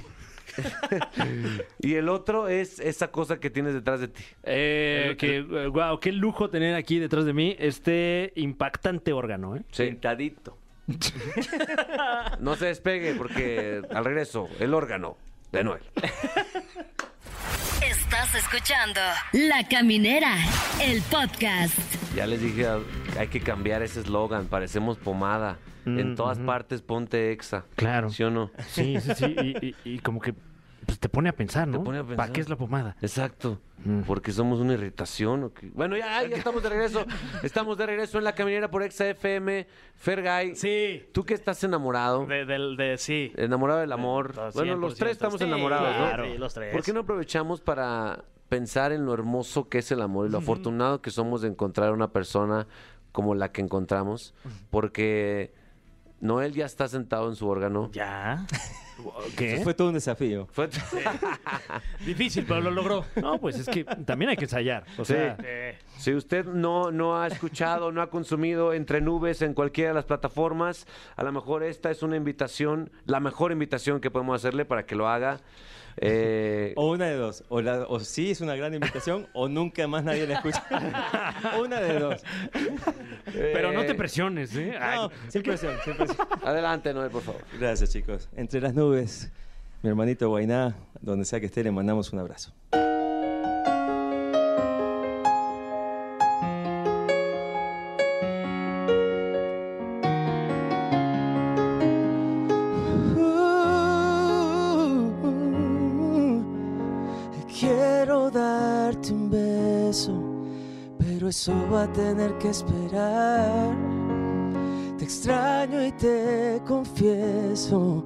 Speaker 2: y el otro es esa cosa que tienes detrás de ti.
Speaker 3: Eh, que, wow, qué lujo tener aquí detrás de mí este impactante órgano, ¿eh?
Speaker 8: Pintadito.
Speaker 2: No se despegue porque al regreso, el órgano de Noel.
Speaker 5: Estás escuchando La Caminera, el podcast.
Speaker 2: Ya les dije, ah, hay que cambiar ese eslogan, parecemos pomada. en todas partes ponte exa.
Speaker 3: Claro.
Speaker 2: ¿Sí o no?
Speaker 3: Sí, sí, sí. Y, y- y como que pues, te pone a pensar, ¿no?
Speaker 2: pone a pensar.
Speaker 3: ¿Para qué es la pomada?
Speaker 2: Exacto, porque somos una irritación. ¿o qué? Bueno, ya, ya estamos de regreso. Estamos de regreso en la caminera por Exa FM. Fergay,
Speaker 4: Sí.
Speaker 2: tú que estás enamorado.
Speaker 4: De, del de, sí.
Speaker 2: Enamorado
Speaker 4: Eh,
Speaker 2: del amor.
Speaker 4: Doscientos,
Speaker 2: bueno, los tres estamos
Speaker 4: sí,
Speaker 2: enamorados, ¿no?
Speaker 4: claro, sí, los tres.
Speaker 2: ¿Por qué no aprovechamos para pensar en lo hermoso que es el amor y lo afortunado que somos de encontrar una persona como la que encontramos? Porque Noel ya está sentado en su órgano.
Speaker 4: Ya.
Speaker 3: ¿Qué?
Speaker 8: Eso fue todo un desafío.
Speaker 2: Fue-
Speaker 4: Difícil, pero lo logró.
Speaker 3: No, pues es que también hay que ensayar. O
Speaker 2: Sí.
Speaker 3: sea,
Speaker 4: Eh,
Speaker 2: Si usted no, no ha escuchado, no ha consumido Entre Nubes en cualquiera de las plataformas, a lo mejor esta es una invitación, la mejor invitación que podemos hacerle para que lo haga. Eh,
Speaker 8: O una de dos. O, la- o sí es una gran invitación o nunca más nadie la escucha. una de dos.
Speaker 3: pero no
Speaker 2: eh,
Speaker 3: te presiones, ¿eh? Ay,
Speaker 8: No, sin presión, sin presión.
Speaker 2: Adelante, Noel, por favor.
Speaker 8: Gracias, chicos. Entre las nubes, mi hermanito Guainá, donde sea que esté, le mandamos un abrazo. Quiero darte un beso, pero eso va a tener que esperar. Te extraño y te confieso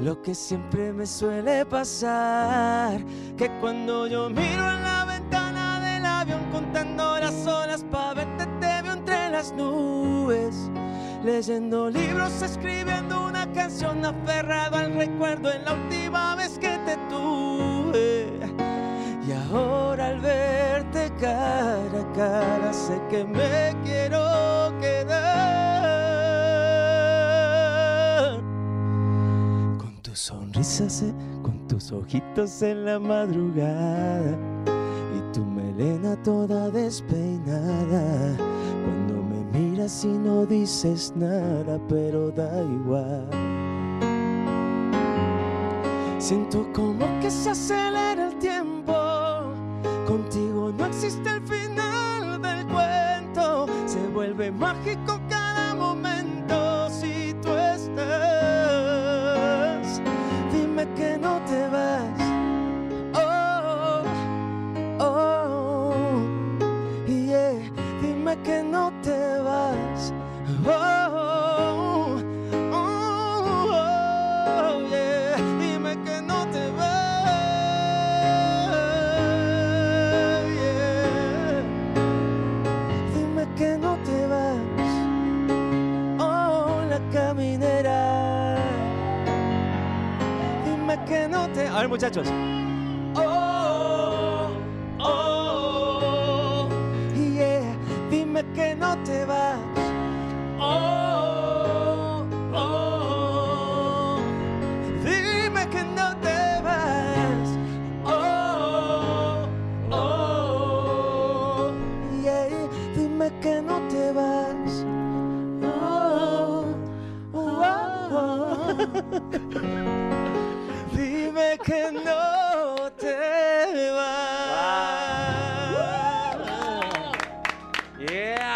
Speaker 8: lo que siempre me suele pasar, que cuando yo miro en la ventana del avión contando las horas para verte te veo entre las nubes, leyendo libros, escribiendo una canción, aferrado al recuerdo en la última vez que te tuve. Y ahora al verte cara a cara sé que me quiero quedar. Con tu sonrisa, sé- con tus ojitos en la madrugada y tu melena toda despeinada. Cuando me miras y no dices nada, pero da igual. Siento como que se acelera el tiempo. Contigo no existe el final del cuento. Se vuelve mágico cada momento si tú estás. Dime que no te vas. Oh, oh, yeah. Dime que no te vas. Oh, oh, oh, yeah. Dime que no te vas. yeah. Dime que no te vas. Oh, la caminera. Dime que no te. A ver, muchachos. Oh, oh, yeah. Dime que no te vas. Oh, oh, dime que no te vas. Oh, oh, yeah, dime que no te vas. Oh, oh, oh, dime que no te vas.
Speaker 2: ¡Yeah!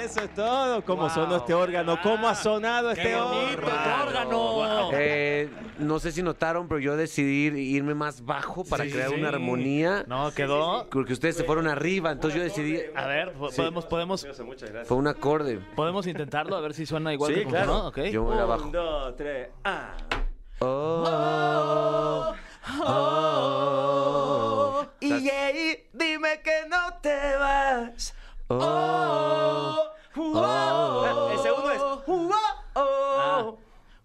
Speaker 8: Eso es todo.
Speaker 9: sonado, cómo sonó este órgano, cómo ha sonado este
Speaker 4: bonito
Speaker 9: órgano.
Speaker 4: órgano!
Speaker 2: Eh, no sé si notaron, pero yo decidí irme más bajo para
Speaker 4: Sí,
Speaker 2: crear
Speaker 4: sí.
Speaker 2: una armonía.
Speaker 4: No, quedó.
Speaker 2: Porque ustedes se fueron arriba, entonces yo decidí.
Speaker 4: A ver, po- podemos, podemos,
Speaker 8: Muchas gracias.
Speaker 2: Fue un acorde.
Speaker 4: podemos intentarlo, a ver si suena igual
Speaker 8: Sí,
Speaker 4: que como
Speaker 8: claro.
Speaker 4: sonó, ¿ok?
Speaker 2: Yo me era bajo.
Speaker 8: Un, dos, tres, ah.
Speaker 2: Oh, oh,
Speaker 9: Y ahí, dime que no te vas.
Speaker 2: oh, oh.
Speaker 9: El segundo es. "Uh, oh,
Speaker 4: Ah.
Speaker 9: oh".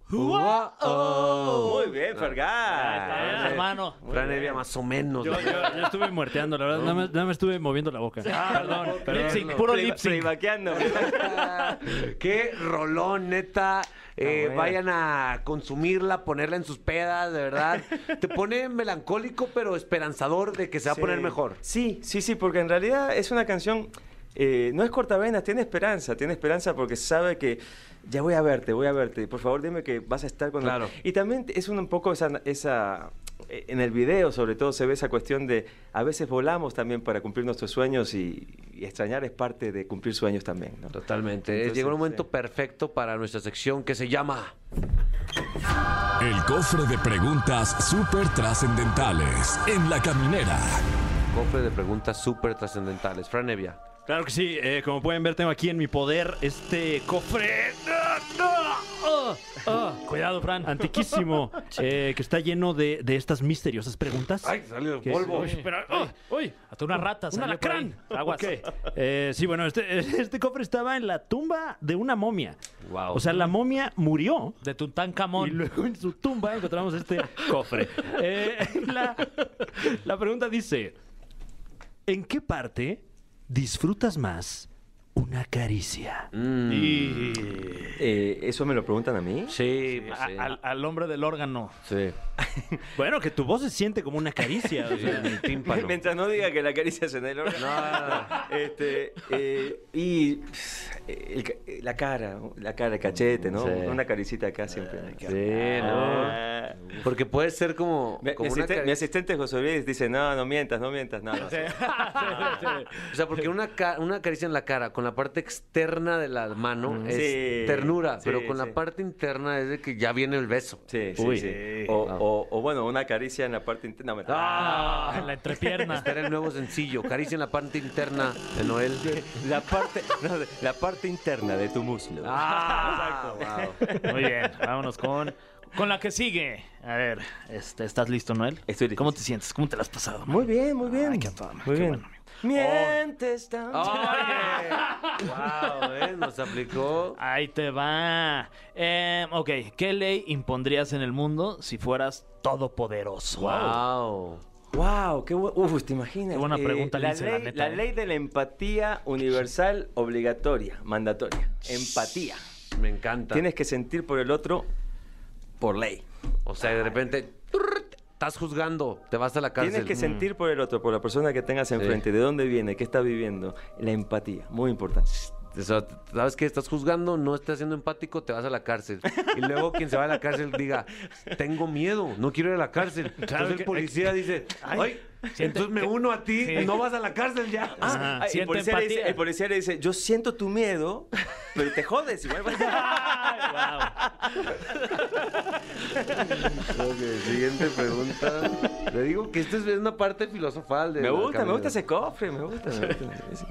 Speaker 2: oh, oh.
Speaker 8: Muy bien, Fergal.
Speaker 4: Ah, hermano.
Speaker 2: Fran Evia más o menos.
Speaker 3: Yo, yo- yo estuve muerteando, la verdad. Nada más, nada más estuve moviendo la boca. perdón,
Speaker 4: Lip sync,
Speaker 3: perdón.
Speaker 4: puro
Speaker 8: Playba-
Speaker 4: lip sync.
Speaker 8: playbaqueando.
Speaker 2: Qué rolón, neta. Eh,
Speaker 8: bueno.
Speaker 2: vayan a consumirla, ponerla en sus pedas, de verdad. Te pone melancólico, pero esperanzador de que se va a poner
Speaker 8: Sí.
Speaker 2: mejor.
Speaker 9: Sí.
Speaker 8: Sí, sí, porque en realidad es una canción, eh, no es cortavenas, tiene esperanza, tiene esperanza porque sabe que ya voy a verte, voy a verte, por favor dime que vas a estar con...
Speaker 2: Claro.
Speaker 8: Y también es un, un poco esa, esa, eh, en el video sobre todo se ve esa cuestión de a veces volamos también para cumplir nuestros sueños y, y extrañar es parte de cumplir sueños también. ¿no?
Speaker 2: Totalmente.
Speaker 8: Entonces,
Speaker 2: Llegó un momento
Speaker 8: sí.
Speaker 2: perfecto para nuestra sección que se llama.
Speaker 1: El cofre de preguntas súper trascendentales en la caminera.
Speaker 2: Cofre de preguntas súper trascendentales. Fran Evia.
Speaker 3: Claro que sí. eh, como pueden ver, tengo aquí en mi poder este cofre. ¡Ah! ¡Ah! ¡Ah! ¡Ah!
Speaker 4: Cuidado, Fran.
Speaker 3: Antiquísimo, eh, que está lleno de, de estas misteriosas preguntas.
Speaker 2: salió
Speaker 3: Que- Uy, pero- ¡ay! ¡ay!
Speaker 4: ah, Hasta una rata
Speaker 3: ¡Un
Speaker 4: salió
Speaker 3: alacrán!
Speaker 4: por ahí. Aguas.
Speaker 3: Ok. Eh, sí, bueno, este, este cofre estaba en la tumba de una momia.
Speaker 2: Wow.
Speaker 3: O sea, la momia murió.
Speaker 4: De
Speaker 3: Y
Speaker 4: Tutankamón.
Speaker 3: luego en su tumba encontramos este cofre. Eh, la, la pregunta dice: ¿En qué parte disfrutas más una caricia?
Speaker 8: Eh, ¿Eso me lo preguntan a mí?
Speaker 2: Sí, pues,
Speaker 4: A-
Speaker 2: sí.
Speaker 4: al, al hombre del órgano.
Speaker 2: Sí.
Speaker 3: Bueno, que tu voz se siente como una caricia. o sea.
Speaker 2: El tímpano.
Speaker 8: Mientras no diga que la caricia se en el órgano. Este, eh, y pff, el ca- eh, la cara, la cara, el cachete, ¿no?
Speaker 2: Sí.
Speaker 8: Una caricita acá siempre.
Speaker 2: Sí,
Speaker 8: Ah.
Speaker 2: no. Porque puede ser como.
Speaker 8: Mi, mi
Speaker 2: como una
Speaker 8: asisten-
Speaker 2: cari-
Speaker 8: mi asistente José Luis dice, no, no mientas, no mientas, nada.
Speaker 2: O sea, porque una, ca- una caricia en la cara con la parte externa de la mano es
Speaker 8: Sí,
Speaker 2: ternura,
Speaker 8: sí,
Speaker 2: pero con
Speaker 8: sí.
Speaker 2: la parte interna es de que ya viene el beso.
Speaker 8: Sí, sí,
Speaker 3: Uy.
Speaker 8: sí. O, o- o, bueno, una caricia en la parte interna. no,
Speaker 4: Ah, en la entrepierna.
Speaker 2: Este era el nuevo sencillo, caricia en la parte interna de Noel.
Speaker 8: La parte, no, de- la parte interna de tu muslo. Oh.
Speaker 2: Ah, wow.
Speaker 4: Muy bien, vámonos con, con la que sigue. A ver, este, ¿estás listo, Noel?
Speaker 8: Estoy listo.
Speaker 4: ¿Cómo te sientes? ¿Cómo te la has pasado? man?
Speaker 8: Muy bien, muy bien.
Speaker 4: Ay, qué a toda madre,
Speaker 8: muy
Speaker 4: qué
Speaker 8: bien.
Speaker 4: bueno, amigo.
Speaker 8: Mientes tanto.
Speaker 2: wow, ¿eh? Nos aplicó.
Speaker 4: Ahí te va. Eh,
Speaker 3: Em,
Speaker 4: ok, ¿qué ley impondrías en el mundo si fueras todopoderoso?
Speaker 2: Wow.
Speaker 8: Wow, qué bu- Uf, te imaginas.
Speaker 4: Qué buena pregunta,
Speaker 8: la,
Speaker 4: Lince, la
Speaker 8: ley,
Speaker 4: neta,
Speaker 8: la
Speaker 4: eh.
Speaker 8: ley de la empatía universal obligatoria, mandatoria. Empatía.
Speaker 2: Me encanta.
Speaker 8: Tienes que sentir por el otro por ley.
Speaker 2: O sea, de repente turr, estás juzgando, te vas a la cárcel. Mm.
Speaker 8: Tienes que sentir por el otro, por la persona que tengas enfrente, de dónde viene, qué está viviendo. La empatía, muy importante.
Speaker 2: O sea, sabes que estás juzgando, no estás siendo empático, te vas a la cárcel. Y luego quien se va a la cárcel diga, tengo miedo, no quiero ir a la cárcel. entonces el
Speaker 4: que-
Speaker 2: policía dice, ay, entonces me uno a ti, no vas a la cárcel ya.
Speaker 4: Ah,
Speaker 8: Ay, el,
Speaker 4: siente
Speaker 8: policía le dice,
Speaker 4: empatía.
Speaker 8: el policía le dice, yo siento tu miedo, pero te jodes igual. vas a-".
Speaker 2: Ok, siguiente pregunta. Le digo que esto es una parte filosofal de
Speaker 8: me
Speaker 2: la
Speaker 8: gusta, me
Speaker 2: caminera.
Speaker 8: gusta ese cofre, me gusta. Me gusta.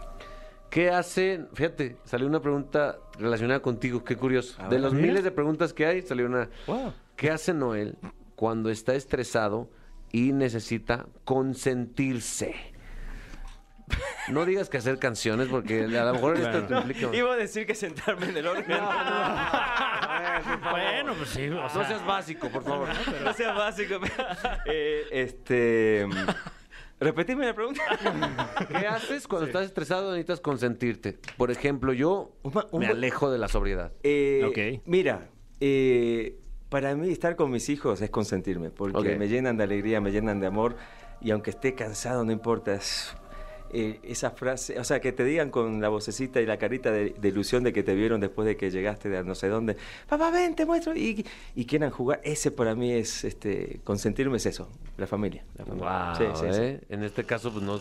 Speaker 2: ¿Qué hacen? Fíjate, salió una pregunta relacionada contigo, qué curioso. de los miles de preguntas que hay, salió una.
Speaker 8: Wow.
Speaker 2: ¿Qué hace Noel cuando está estresado y necesita consentirse? No digas que hacer canciones porque a lo mejor esto te implica.
Speaker 8: Iba a decir que sentarme en el órgano.
Speaker 3: bueno, pues sí. o sea,
Speaker 2: No seas básico, por favor.
Speaker 8: No sea básico. pero- Eh, este. Repetime la pregunta.
Speaker 2: ¿Qué haces cuando estás estresado y necesitas consentirte? Por ejemplo, yo
Speaker 8: Un ma- un
Speaker 2: me
Speaker 8: bu-
Speaker 2: alejo de la sobriedad.
Speaker 8: Eh,
Speaker 3: Ok.
Speaker 8: Mira, eh, para mí estar con mis hijos es consentirme, porque
Speaker 2: Ok.
Speaker 8: me llenan de alegría, me llenan de amor, y aunque esté cansado, no importa. es- eh, esa frase, o sea, que te digan con la vocecita y la carita de, de ilusión de que te vieron después de que llegaste de no sé dónde, papá, ven, te muestro, y, y quieran jugar, ese para mí es, este, consentirme es eso, la familia. la familia.
Speaker 2: Wow,
Speaker 8: Sí, sí, sí.
Speaker 2: ¿eh? En este caso, pues no,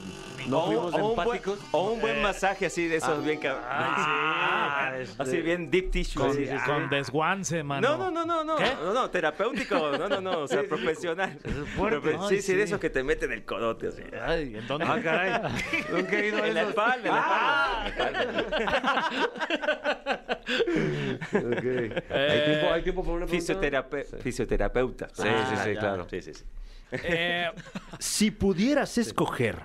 Speaker 2: no
Speaker 8: O un-
Speaker 2: fuimos
Speaker 8: o un buen-
Speaker 2: empáticos. Eh.
Speaker 8: o un buen masaje así de esos bien cab-
Speaker 2: Ah, este-
Speaker 8: Así bien deep tissue.
Speaker 4: Con,
Speaker 8: así, ah.
Speaker 4: con desguance, mano.
Speaker 8: No, no, no, no, no,
Speaker 4: ¿Qué?
Speaker 8: no, no, terapéutico, no, no, no, o sea, profesional. Profe-
Speaker 4: Ay,
Speaker 8: sí, sí,
Speaker 4: sí.
Speaker 8: de esos que te meten el codote, así.
Speaker 4: Ay, ¿en dónde?
Speaker 2: Ah, caray. Nunca he ido a
Speaker 8: En la
Speaker 2: esos. Ah.
Speaker 8: espalda, en la espalda. Eh,
Speaker 2: ¿Hay, tiempo, hay tiempo para una pregunta?
Speaker 8: Fisioterape- Fisioterapeuta. Ah,
Speaker 2: Sí, sí, sí, claro.
Speaker 8: Sí, sí, sí.
Speaker 4: Eh,
Speaker 3: Si pudieras escoger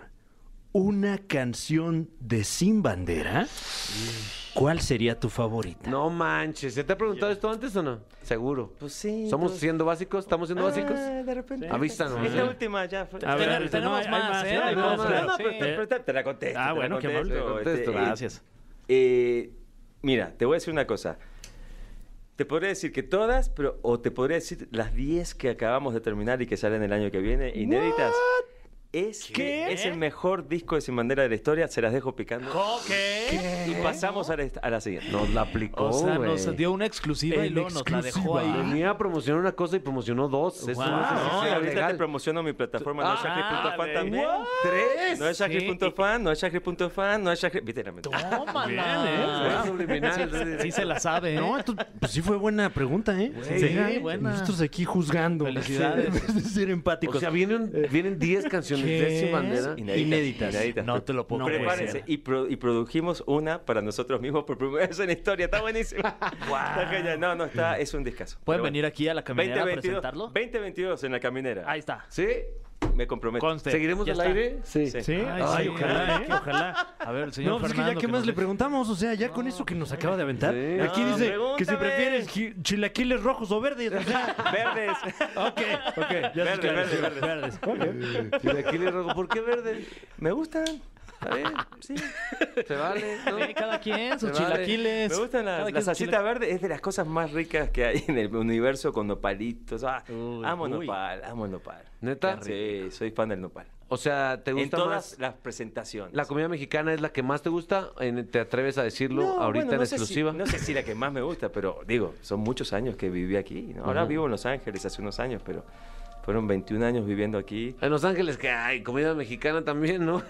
Speaker 3: una canción de Sin Bandera, ¿cuál sería tu favorita?
Speaker 2: No manches, ¿se te ha preguntado esto antes o no? Seguro.
Speaker 8: Pues sí.
Speaker 2: ¿Somos
Speaker 8: pues-
Speaker 2: siendo básicos? ¿Estamos siendo básicos?
Speaker 8: Ah, de repente.
Speaker 2: Avísanos.
Speaker 8: Es la última ya. fue.
Speaker 3: A ver,
Speaker 4: Ten-
Speaker 3: no,
Speaker 4: tenemos
Speaker 3: hay- hay
Speaker 4: más,
Speaker 3: más,
Speaker 4: ¿eh?
Speaker 3: ¿no?
Speaker 4: Hay
Speaker 2: No,
Speaker 4: más,
Speaker 2: no,
Speaker 4: claro,
Speaker 8: no,
Speaker 4: sí.
Speaker 8: pero- pero te- te la contesto.
Speaker 3: Ah,
Speaker 8: te la
Speaker 3: bueno, qué amable.
Speaker 8: contesto,
Speaker 2: Te contesto,
Speaker 8: este, eh,
Speaker 4: Gracias.
Speaker 8: eh, mira, te voy a decir una cosa. Te podría decir que todas, pero o te podría decir las 10 que acabamos de terminar y que salen el año que viene, inéditas. Es que es el mejor disco de Sin Bandera de la historia, se las dejo picando. Y pasamos a la, a la siguiente.
Speaker 2: Nos la aplicó,
Speaker 4: O sea,
Speaker 2: güey.
Speaker 4: nos dio una exclusiva y
Speaker 3: En
Speaker 4: luego nos la dejó
Speaker 3: exclusiva. ¿eh?
Speaker 4: ahí.
Speaker 2: Venía a promocionar una cosa y promocionó dos. Eso
Speaker 4: Guau.
Speaker 2: no sé si
Speaker 8: No,
Speaker 2: sea
Speaker 8: y ahorita
Speaker 2: legal.
Speaker 8: te promociono mi plataforma
Speaker 4: Ah,
Speaker 8: no noeshakri.fan también.
Speaker 2: Tres.
Speaker 8: No es Shakri.fan, no es Shakri.fan, no es Shakri. Viste, era mentira.
Speaker 2: Fue
Speaker 4: Tómala.
Speaker 2: subliminal.
Speaker 4: Sí se la sabe, ¿eh?
Speaker 3: No, entonces, pues sí fue buena pregunta, ¿eh?
Speaker 4: Sí,
Speaker 3: Mira, ¿eh?
Speaker 4: buena.
Speaker 3: Nosotros aquí juzgando.
Speaker 4: Felicidades.
Speaker 3: En vez de ser empáticos.
Speaker 2: O sea, vienen vienen 10 canciones de esa manera.
Speaker 8: Inéditas. Inéditas.
Speaker 4: No te lo puedo
Speaker 3: No
Speaker 4: creer.
Speaker 3: puede
Speaker 8: Prepárense. Y, pro- y produjimos una para nosotros mismos por primera vez en la historia. Está buenísimo. Está genial. No, no, está, es un discazo.
Speaker 4: ¿Pueden
Speaker 8: Pero
Speaker 4: venir
Speaker 8: bueno.
Speaker 4: aquí a la caminera a
Speaker 8: 2022,
Speaker 4: presentarlo?
Speaker 8: 2022 en la caminera.
Speaker 4: Ahí está.
Speaker 2: ¿Sí?
Speaker 8: Me comprometo.
Speaker 4: Conste.
Speaker 2: ¿Seguiremos
Speaker 4: Ya
Speaker 2: al
Speaker 4: está.
Speaker 2: aire?
Speaker 8: Sí.
Speaker 3: ¿Sí?
Speaker 4: Ay,
Speaker 3: Ay,
Speaker 4: sí,
Speaker 3: ojalá,
Speaker 4: ay,
Speaker 3: ¿eh?
Speaker 4: que ojalá. A ver, el señor
Speaker 3: No, pues es que ya
Speaker 4: Fernando
Speaker 3: qué
Speaker 4: que
Speaker 3: más le
Speaker 4: nos deje.
Speaker 3: preguntamos, o sea, ya con eso que nos acaba de aventar.
Speaker 2: Sí.
Speaker 3: Aquí
Speaker 8: No,
Speaker 3: dice que si
Speaker 8: pregúntame.
Speaker 3: prefieres gi- chilaquiles rojos o verdes. O sea,
Speaker 8: Verdes.
Speaker 3: ok, ok. Ya se
Speaker 8: Verde,
Speaker 3: esclareció.
Speaker 8: verde,
Speaker 3: verdes. ok.
Speaker 2: Y de aquí le rogo, ¿por qué verde?
Speaker 8: Me gustan.
Speaker 2: Está bien,
Speaker 8: Sí.
Speaker 2: se vale. ¿no?
Speaker 4: Sí, cada quien, sus
Speaker 2: Se vale.
Speaker 4: chilaquiles.
Speaker 8: Me gustan
Speaker 4: Cada
Speaker 8: las,
Speaker 4: quien
Speaker 8: la
Speaker 4: sus
Speaker 8: salsita verde, es de las cosas más ricas que hay en el universo con nopalitos. Ah, amo nopal, amo nopal.
Speaker 2: ¿Neta?
Speaker 8: Sí, soy fan del nopal.
Speaker 2: O sea, ¿te
Speaker 8: En
Speaker 2: gusta
Speaker 8: todas
Speaker 2: más?
Speaker 8: las presentaciones.
Speaker 2: ¿La comida mexicana es la que más te gusta? En- ¿Te atreves a decirlo
Speaker 8: No,
Speaker 2: ahorita
Speaker 8: bueno,
Speaker 2: en
Speaker 8: no sé si-
Speaker 2: exclusiva?
Speaker 8: no sé si la que más me gusta, pero digo, son muchos años que viví aquí. ¿no? Ahora
Speaker 2: Ajá.
Speaker 8: vivo en Los Ángeles hace unos años, pero fueron 21 años viviendo aquí.
Speaker 2: En Los Ángeles, que hay comida mexicana también, ¿no?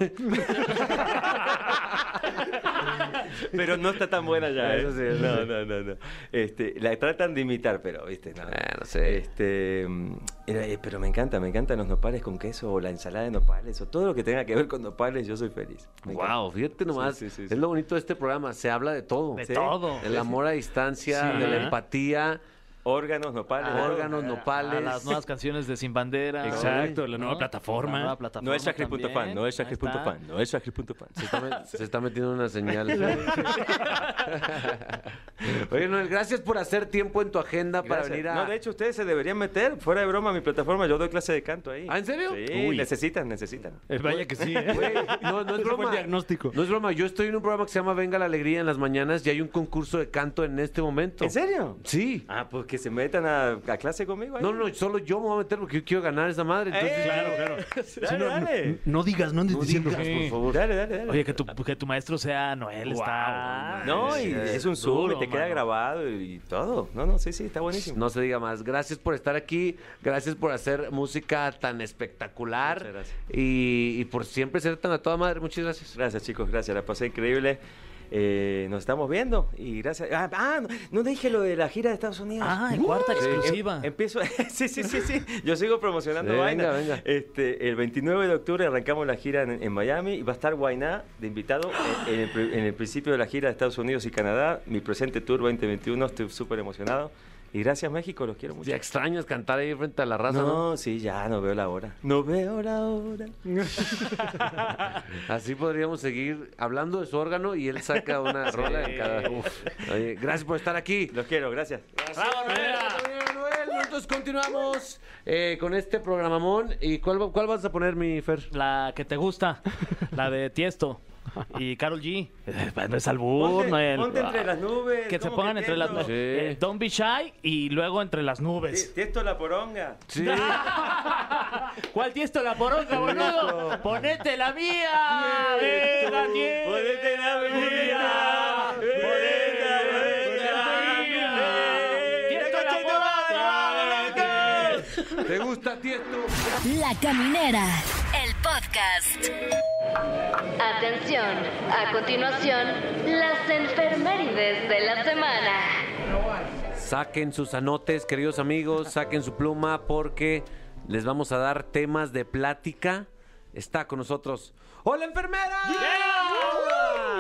Speaker 8: Pero no está tan buena ya. ¿eh?
Speaker 2: Eso sí, eso
Speaker 8: no,
Speaker 2: sí.
Speaker 8: no, no, no. Este, la tratan de imitar, pero, viste, no.
Speaker 2: Ah, no sé.
Speaker 8: Este, mm, era- eh, pero me encanta, me encantan los nopales con queso o la ensalada de nopales o todo lo que tenga que ver con nopales, yo soy feliz. Me encanta.
Speaker 2: Wow, fíjate nomás,
Speaker 8: Sí, sí, sí,
Speaker 2: es
Speaker 8: sí.
Speaker 2: lo bonito de este programa, se habla de todo.
Speaker 4: De
Speaker 8: Sí.
Speaker 4: todo.
Speaker 2: Del amor a distancia,
Speaker 4: Sí.
Speaker 2: de la
Speaker 4: Ajá.
Speaker 2: empatía,
Speaker 8: Órganos, nopales.
Speaker 2: a
Speaker 8: todo.
Speaker 2: Ah, órganos, nopales.
Speaker 4: A las nuevas canciones de Sin Bandera.
Speaker 3: Exacto, la nueva
Speaker 4: ¿no?
Speaker 3: plataforma.
Speaker 4: La nueva
Speaker 8: No
Speaker 4: plataforma
Speaker 8: es Shakri.fan,
Speaker 4: también.
Speaker 8: no es
Speaker 4: Ahí está.
Speaker 8: Shakri.fan, no es Shakri.fan.
Speaker 2: Se está, met- se está metiendo una señal. Oye, Noel, gracias por hacer tiempo en tu agenda para
Speaker 8: Gracias.
Speaker 2: venir a...
Speaker 8: No, de hecho, ustedes se deberían meter. Fuera de broma, mi plataforma, yo doy clase de canto ahí.
Speaker 2: ¿Ah, en serio?
Speaker 8: Sí,
Speaker 2: Uy.
Speaker 8: necesitan, necesitan.
Speaker 3: Eh, Vaya que sí, ¿eh?
Speaker 2: Güey, no, no es
Speaker 3: Ese fue el
Speaker 2: broma.
Speaker 3: diagnóstico.
Speaker 2: No es broma. Yo estoy en un programa que se llama Venga la Alegría en las mañanas y hay un concurso de canto en este momento.
Speaker 8: ¿En serio?
Speaker 2: Sí.
Speaker 8: Ah, pues que se metan a, a clase conmigo ahí.
Speaker 2: No, no, solo yo me voy a meter porque yo quiero ganar esa madre. Entonces,
Speaker 8: ¡Eh!
Speaker 3: Claro, claro.
Speaker 8: Dale,
Speaker 3: no,
Speaker 8: dale.
Speaker 3: no- no digas, no andes diciendo.
Speaker 2: por favor.
Speaker 8: Dale, dale, dale.
Speaker 4: Oye, que tu, que tu maestro sea Noel está...
Speaker 8: no, y es un Zoom
Speaker 4: duro,
Speaker 8: y te queda
Speaker 4: mano.
Speaker 8: grabado y todo. No, no, sí, sí, está buenísimo.
Speaker 2: No se diga más. Gracias por estar aquí. Gracias por hacer música tan espectacular.
Speaker 8: Muchas gracias.
Speaker 2: Y, y por siempre ser tan a toda madre. Muchas gracias.
Speaker 8: Gracias, chicos, gracias. La pasé increíble. Eh, nos estamos viendo y gracias. Ah, ah, no, no dije lo de la gira de Estados Unidos.
Speaker 4: Ah, en cuarta exclusiva.
Speaker 8: Em- empiezo. sí, sí, sí, sí. Yo sigo promocionando
Speaker 2: Sí, venga,
Speaker 8: vaina.
Speaker 2: venga.
Speaker 8: Este, el 29 de octubre arrancamos la gira en, en Miami y va a estar Guainá de invitado en, en el, pri- en el principio de la gira de Estados Unidos y Canadá. Mi presente tour 2021. Estoy súper emocionado. Y gracias, México. Los quiero mucho.
Speaker 2: Ya extrañas cantar ahí frente a la raza, ¿no?
Speaker 8: No, sí, ya no veo la hora. No veo la hora.
Speaker 2: Así podríamos seguir hablando de su órgano y él saca una rola en cada. Oye, gracias por estar aquí.
Speaker 8: Los quiero, gracias.
Speaker 2: Nosotros continuamos eh, con este programamón. ¿Y cuál, va- cuál vas a poner, mi Fer?
Speaker 4: La que te gusta, la de Tiesto. y Carol G. Eh, No es albur,
Speaker 8: Ponte-
Speaker 4: no es-
Speaker 8: ponte entre las nubes,
Speaker 4: Que se
Speaker 8: ¿cómo
Speaker 4: pongan
Speaker 8: que
Speaker 4: entre las
Speaker 8: entiendo?
Speaker 4: nubes. Eh, Don't be shy y luego entre las nubes.
Speaker 8: Tiesto la poronga.
Speaker 2: Sí.
Speaker 4: ¿Cuál tiesto la poronga, boludo? ¡Ponete la mía! ¡Venga, tiesto!
Speaker 8: Ponete la
Speaker 4: mía, ponete la mía. Tiesto la poronga.
Speaker 2: ¿Te gusta Tiesto?
Speaker 5: La Caminera, el podcast.
Speaker 10: Atención, a continuación, las enfermerides de la semana.
Speaker 2: Saquen sus anotes, queridos amigos, saquen su pluma porque les vamos a dar temas de plática. Está con nosotros. ¡Hola, enfermera!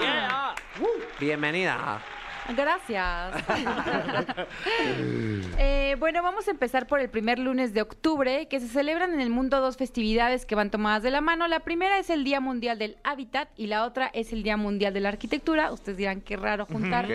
Speaker 4: Yeah.
Speaker 2: Bienvenida.
Speaker 11: Gracias. Eh, bueno, vamos a empezar por el primer lunes de octubre, que se celebran en el mundo dos festividades que van tomadas de la mano. La primera es el Día Mundial del Hábitat y la otra es el Día Mundial de la Arquitectura. Ustedes dirán qué raro juntar
Speaker 2: Ok.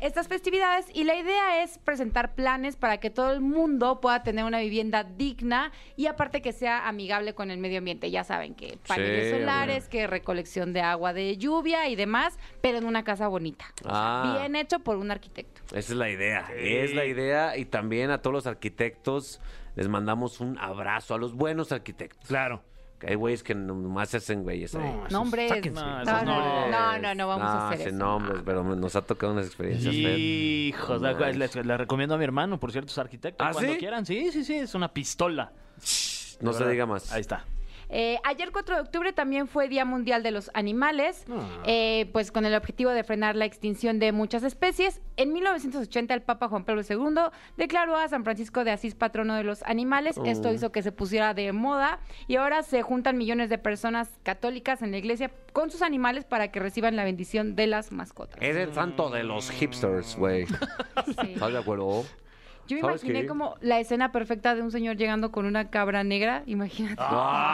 Speaker 11: estas festividades y la idea es presentar planes para que todo el mundo pueda tener una vivienda digna y aparte que sea amigable con el medio ambiente. Ya saben que paneles
Speaker 2: Sí, hombre.
Speaker 11: solares, que recolección de agua de lluvia y demás, pero en una casa bonita. O sea,
Speaker 2: Ah.
Speaker 11: bien hecho por un arquitecto.
Speaker 2: Esa es la idea, es la idea. Y también a todos los arquitectos les mandamos un abrazo, a los buenos arquitectos.
Speaker 3: Claro.
Speaker 2: Que hay güeyes que nomás se hacen güeyes ahí.
Speaker 3: esos-
Speaker 11: Nombres.
Speaker 3: sáquense.
Speaker 4: no,
Speaker 11: No,
Speaker 4: esos
Speaker 11: no, no, no, no vamos a
Speaker 2: Ah,
Speaker 11: hacer
Speaker 2: sin
Speaker 11: eso.
Speaker 2: nombres, pero nos ha tocado unas experiencias. feas.
Speaker 4: Hijos,
Speaker 2: No
Speaker 4: la,
Speaker 2: manches.
Speaker 4: la- la recomiendo a mi hermano, por cierto, es arquitecto.
Speaker 2: ¿Ah,
Speaker 4: cuando
Speaker 2: sí?
Speaker 4: quieran, sí, sí, sí, es una pistola.
Speaker 2: No
Speaker 4: De
Speaker 2: se
Speaker 4: verdad.
Speaker 2: diga más.
Speaker 4: Ahí está.
Speaker 11: Eh, ayer 4 de octubre también fue Día Mundial de los Animales, eh, pues con el objetivo de frenar la extinción de muchas especies. En 1980 el Papa Juan Pablo II declaró a San Francisco de Asís patrono de los animales. Esto hizo que se pusiera de moda y ahora se juntan millones de personas católicas en la iglesia con sus animales para que reciban la bendición de las mascotas.
Speaker 2: Es el santo de los hipsters, güey.
Speaker 11: Sí.
Speaker 2: ¿Estás de acuerdo?
Speaker 11: Yo me
Speaker 2: ¿Sabes
Speaker 11: imaginé
Speaker 2: qué?
Speaker 11: como la escena perfecta de un señor llegando con una cabra negra, imagínate.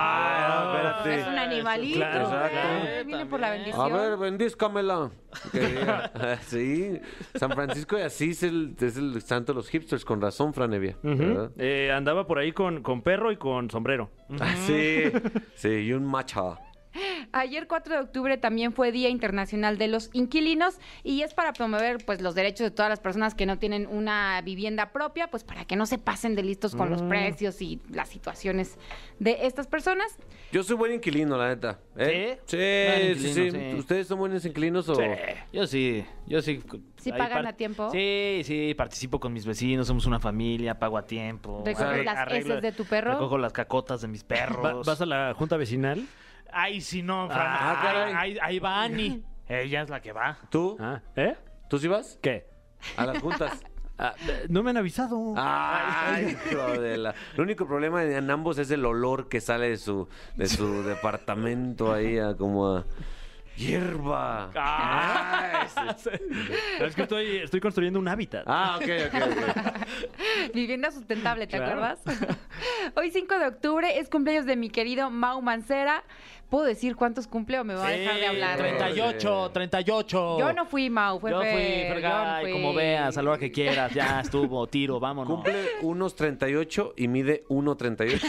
Speaker 2: Ah, no,
Speaker 11: Es un animalito.
Speaker 2: Claro,
Speaker 11: güey,
Speaker 2: exacto.
Speaker 11: Viene por la bendición.
Speaker 2: A ver, bendízcamela. Que diga. sí, San Francisco de Asís el- es el santo de los hipsters, con razón, Franevia. ¿verdad?
Speaker 3: Ujú. Eh, andaba por ahí con, con perro y con sombrero.
Speaker 2: Ah, Sí, sí, y un macha.
Speaker 11: Ayer 4 de octubre también fue Día Internacional de los Inquilinos y es para promover pues los derechos de todas las personas que no tienen una vivienda propia, pues para que no se pasen de listos con los precios y las situaciones de estas personas.
Speaker 2: Yo soy buen inquilino, la neta. ¿eh?
Speaker 4: ¿Sí? Buen
Speaker 2: Sí, sí, sí,
Speaker 4: inquilino, sí.
Speaker 2: ¿Ustedes son buenos inquilinos o...?
Speaker 4: Yo sí, yo sí.
Speaker 11: ¿Sí
Speaker 4: ahí
Speaker 11: pagan
Speaker 4: par-
Speaker 11: a tiempo?
Speaker 4: Sí, sí, participo con mis vecinos, somos una familia, pago a tiempo.
Speaker 11: ¿Recoges
Speaker 4: Arreg-
Speaker 11: las
Speaker 4: arreglo-
Speaker 11: heces de tu perro?
Speaker 4: Recojo las cacotas de mis
Speaker 3: Va-
Speaker 4: perros.
Speaker 3: ¿Vas a la junta vecinal?
Speaker 4: Ay, sí, no, Fran.
Speaker 2: Ah,
Speaker 4: Ay,
Speaker 2: caray.
Speaker 4: ahí, ahí va Ani. Ella es la que va.
Speaker 2: ¿Tú?
Speaker 3: Ah, ¿Eh?
Speaker 2: ¿Tú sí vas?
Speaker 3: ¿Qué?
Speaker 2: A las juntas.
Speaker 3: Ah, eh, no me han avisado.
Speaker 2: Ay, hijo de la- El único problema en ambos es el olor que sale de su, de su departamento ahí, a como a hierba. Ay, sí.
Speaker 3: Es que estoy, estoy construyendo un hábitat.
Speaker 2: Ah, ok, ok, ok.
Speaker 11: Vivienda sustentable, ¿te
Speaker 3: Claro.
Speaker 11: acuerdas? Hoy 5 de octubre es cumpleaños de mi querido Mau Mancera. ¿Puedo decir cuántos cumple o me va a dejar de hablar?
Speaker 4: 38, 38.
Speaker 11: Yo no fui Mau, fue
Speaker 4: Yo fui,
Speaker 11: Fer, yo no
Speaker 4: Fergay,
Speaker 11: fui.
Speaker 4: como veas, a la hora que quieras, ya estuvo, tiro, vámonos.
Speaker 2: Cumple unos 38 y mide 1.38.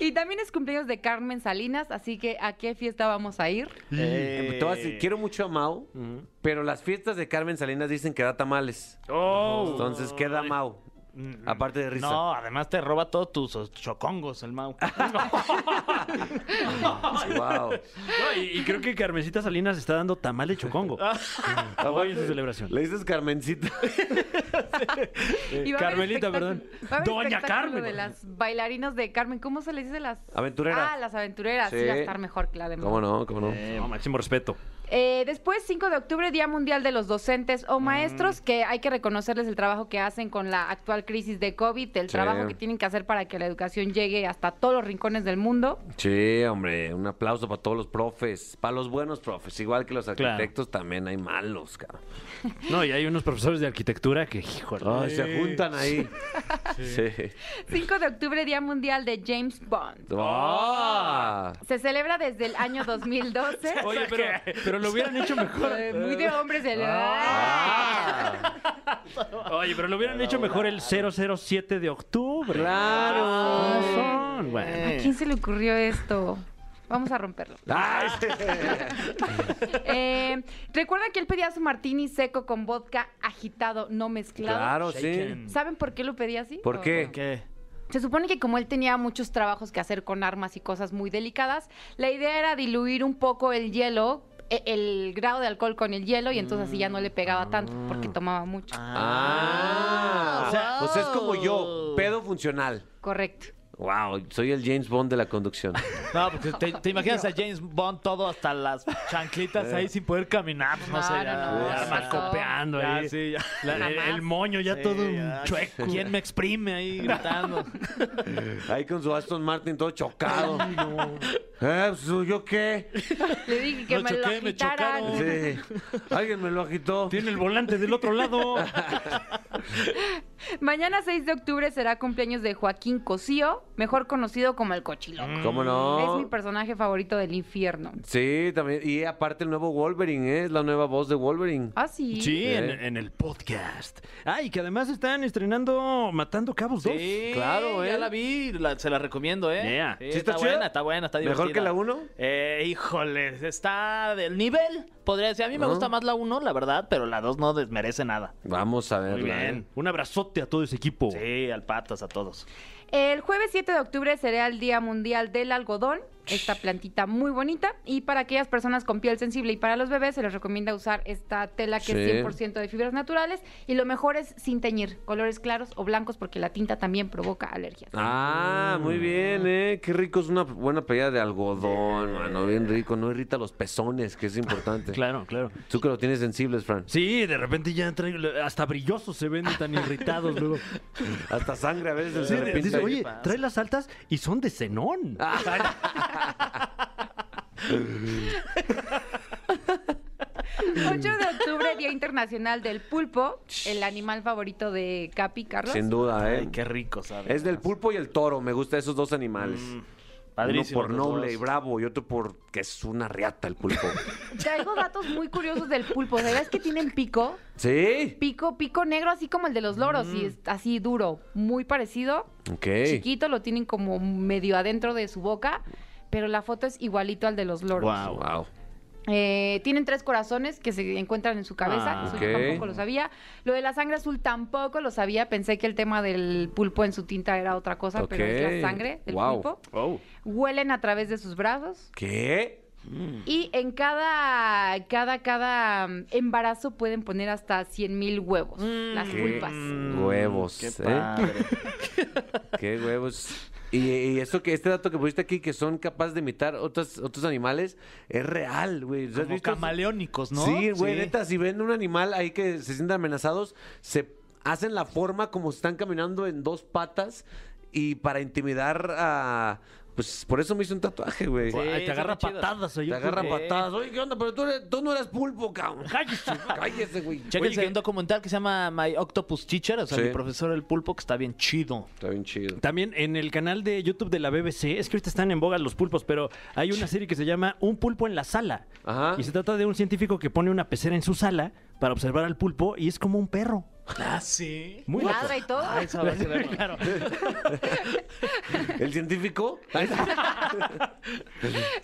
Speaker 11: Y también es cumpleaños de Carmen Salinas, así que ¿a qué fiesta vamos a ir?
Speaker 2: Eh, te voy a decir, quiero mucho a Mau, pero las fiestas de Carmen Salinas dicen que da tamales. Entonces queda Mau. Aparte de risa.
Speaker 4: No, además te roba todos tus chocongos el Mau.
Speaker 2: Wow.
Speaker 3: No, y, y creo que Carmencita Salinas está dando tamal de chocongo. Mm. Hoy en su celebración.
Speaker 2: Le dices Carmencita.
Speaker 11: Y va a haber
Speaker 3: Carmelita,
Speaker 11: espectáculo-
Speaker 3: perdón.
Speaker 11: va a haber
Speaker 3: Doña
Speaker 11: espectáculo
Speaker 3: Carmen.
Speaker 11: De las bailarinas de Carmen, ¿cómo se les dice las?
Speaker 2: Aventureras.
Speaker 11: Ah, las aventureras. Sí,
Speaker 2: Sí.
Speaker 11: va a estar mejor que la de
Speaker 2: ¿Cómo no? ¿Cómo no?
Speaker 3: Eh, no, máximo respeto.
Speaker 11: Eh, después, 5 de octubre, Día Mundial de los Docentes o Maestros, que hay que reconocerles el trabajo que hacen con la actual crisis de COVID, el
Speaker 2: Sí.
Speaker 11: trabajo que tienen que hacer para que la educación llegue hasta todos los rincones del mundo.
Speaker 2: Sí, hombre, un aplauso para todos los profes, para los buenos profes, igual que los arquitectos también hay malos, cabrón.
Speaker 3: No, y hay unos profesores de arquitectura que, híjole.
Speaker 2: Ay, se juntan ahí. Sí. ¡Oh!
Speaker 11: 5 de octubre, Día Mundial de James Bond.
Speaker 2: Ah.
Speaker 11: Se celebra desde el año 2012.
Speaker 3: Oye, pero, pero lo hubieran hecho mejor.
Speaker 11: Eh, muy de hombres el...
Speaker 2: Ah.
Speaker 3: Oye, pero lo hubieran hecho mejor el 007 de octubre.
Speaker 2: Claro.
Speaker 3: Con razón. Bueno.
Speaker 4: Eh,
Speaker 11: ¿A quién se le ocurrió esto? Vamos a romperlo.
Speaker 2: Ay, sí.
Speaker 11: Eh, Recuerda que él pedía su martini seco con vodka agitado, no mezclado.
Speaker 2: Claro, sí. Shaken.
Speaker 11: ¿Saben por qué lo pedía así?
Speaker 2: ¿Por
Speaker 11: ¿O-
Speaker 2: qué?
Speaker 11: Se supone que como él tenía muchos trabajos que hacer con armas y cosas muy delicadas, la idea era diluir un poco el hielo, e- el grado de alcohol con el hielo y entonces así ya no le pegaba tanto porque tomaba mucho.
Speaker 2: Mm. Ah,
Speaker 11: Ah,
Speaker 2: o sea,
Speaker 11: wow.
Speaker 2: pues es como yo, pedo funcional.
Speaker 11: Correcto.
Speaker 2: Wow, soy el James Bond de la conducción.
Speaker 4: No, porque te, te imaginas a James Bond todo hasta las chanclitas ahí sin poder caminar. pues, No,
Speaker 3: No,
Speaker 4: sé,
Speaker 3: no,
Speaker 4: ya,
Speaker 3: no,
Speaker 4: ya
Speaker 3: ya marcopeando
Speaker 4: Ya,
Speaker 3: ahí.
Speaker 4: sí, ya.
Speaker 3: La- el-
Speaker 4: Jamás.
Speaker 3: el moño ya
Speaker 4: Sí,
Speaker 3: todo
Speaker 4: ya.
Speaker 3: un chueco.
Speaker 4: ¿Quién me exprime ahí gritando?
Speaker 2: Ahí con su Aston Martin todo chocado. Eh, pues, ¿Yo qué?
Speaker 11: Le dije que
Speaker 4: Lo
Speaker 11: me lo
Speaker 4: choqué, me
Speaker 11: agitaran.
Speaker 2: Sí. Alguien me lo agitó.
Speaker 3: Tiene el volante del otro lado.
Speaker 11: Mañana 6 de octubre será cumpleaños de Joaquín Cosío, mejor conocido como el Cochiloco.
Speaker 2: ¿Cómo no?
Speaker 11: Es mi personaje favorito del infierno.
Speaker 2: Sí, también. Y aparte el nuevo Wolverine, ¿eh? Es la nueva voz de Wolverine.
Speaker 11: Ah, sí.
Speaker 3: Sí, en,
Speaker 2: Eh.
Speaker 3: en el podcast. Ay, que además están estrenando Matando Cabos 2.
Speaker 4: Sí,
Speaker 2: Claro,
Speaker 4: ya
Speaker 2: ¿eh?
Speaker 4: la vi, la- se la recomiendo, ¿eh?
Speaker 3: Yeah.
Speaker 4: Sí,
Speaker 2: ¿Sí está
Speaker 4: está
Speaker 2: chida?
Speaker 4: buena, está buena, está divertida.
Speaker 2: ¿Mejor que la uno?
Speaker 4: Eh, híjole, está del nivel, podría decir. A mí me gusta más la 1, la verdad, pero la 2 no desmerece nada.
Speaker 2: Vamos a verla. ¿eh?
Speaker 3: Muy bien. Un abrazote a todo ese equipo.
Speaker 4: Sí, al patas, a todos.
Speaker 11: El jueves 7 de octubre será el Día Mundial del Algodón, esta plantita muy bonita. Y para aquellas personas con piel sensible y para los bebés, se les recomienda usar esta tela que
Speaker 2: Sí.
Speaker 11: es 100% de fibras naturales. Y lo mejor es sin teñir, colores claros o blancos, porque la tinta también provoca alergias.
Speaker 2: Ah, muy
Speaker 3: Mm.
Speaker 2: bien, ¿eh? Qué rico es una buena pelea de algodón, mano. Bien rico. No irrita los pezones, que es importante.
Speaker 3: Claro, claro.
Speaker 2: Tú que lo tienes sensibles, Fran.
Speaker 3: Sí, de repente ya traigo, hasta brillosos se ven tan irritados luego.
Speaker 2: Hasta sangre a veces
Speaker 3: Sí,
Speaker 2: de repente.
Speaker 3: dice, oye, trae las altas y son de cenón.
Speaker 4: Ah,
Speaker 11: El 8 de octubre, Día Internacional del Pulpo, el animal favorito de Capi Carlos.
Speaker 2: Sin duda, ¿eh?
Speaker 4: Ay, qué rico, ¿sabes?
Speaker 2: Es del pulpo y el toro. Me gustan esos dos animales.
Speaker 4: padrísimo
Speaker 2: Uno por
Speaker 4: los
Speaker 2: noble
Speaker 4: dos.
Speaker 2: y bravo y otro porque es una riata el pulpo.
Speaker 11: Traigo datos muy curiosos del pulpo. ¿Sabías que tienen pico?
Speaker 2: ¿Sí?
Speaker 11: Pico, pico negro, así como el de los loros,
Speaker 4: Mm.
Speaker 11: y es así duro, muy parecido.
Speaker 2: Ok.
Speaker 11: Chiquito, lo tienen como medio adentro de su boca, pero la foto es igualito al de los loros.
Speaker 2: Wow. Ah, wow.
Speaker 11: Eh, tienen tres corazones que se encuentran en su cabeza.
Speaker 3: Ah.
Speaker 11: eso
Speaker 2: Ok.
Speaker 11: yo tampoco lo sabía. Lo de la sangre azul tampoco lo sabía. Pensé que el tema del pulpo en su tinta era otra cosa, pero es
Speaker 2: Ok.
Speaker 11: la sangre del
Speaker 2: Wow.
Speaker 11: pulpo.
Speaker 3: Oh.
Speaker 11: Huelen a través de sus brazos.
Speaker 2: ¿Qué?
Speaker 11: Y en cada, cada, cada mm, embarazo pueden poner hasta 100 mil huevos, las
Speaker 2: ¿Qué?
Speaker 11: pulpas.
Speaker 2: Huevos.
Speaker 4: Mm, Qué
Speaker 2: ¿eh?
Speaker 4: padre.
Speaker 2: Qué huevos. Y, y esto que este dato que pusiste aquí que son capaces de imitar otros otros animales es real, güey. ¿Has
Speaker 4: Como
Speaker 2: visto?
Speaker 4: camaleónicos, ¿no?
Speaker 2: Sí, güey, neta, si ven un animal ahí que se sienten amenazados, se hacen la forma como si están caminando en dos patas y para intimidar a pues por eso me hice un tatuaje, güey.
Speaker 4: Sí,
Speaker 3: Ay, te
Speaker 4: son
Speaker 3: agarra
Speaker 4: chidos.
Speaker 3: patadas.
Speaker 2: Te agarra
Speaker 4: creo que-
Speaker 2: patadas. Oye, ¿qué onda? Pero tú, eres- tú no eras pulpo, cabrón. Cállese, cállese, güey.
Speaker 4: Chéquense, hay un documental que se llama My Octopus Teacher, o sea,
Speaker 2: Sí.
Speaker 4: mi profesor el pulpo, que está bien chido.
Speaker 2: Está bien chido.
Speaker 3: También en el canal de YouTube de la BBC, es que ahorita están en boga los pulpos, pero hay una serie que se llama Un pulpo en la sala.
Speaker 2: Ajá.
Speaker 3: Y se trata de un científico que pone una pecera en su sala para observar al pulpo y es como un perro.
Speaker 4: Ah, sí.
Speaker 3: Muy loco.
Speaker 11: Ladra y todo.
Speaker 3: Claro.
Speaker 2: ¿El científico?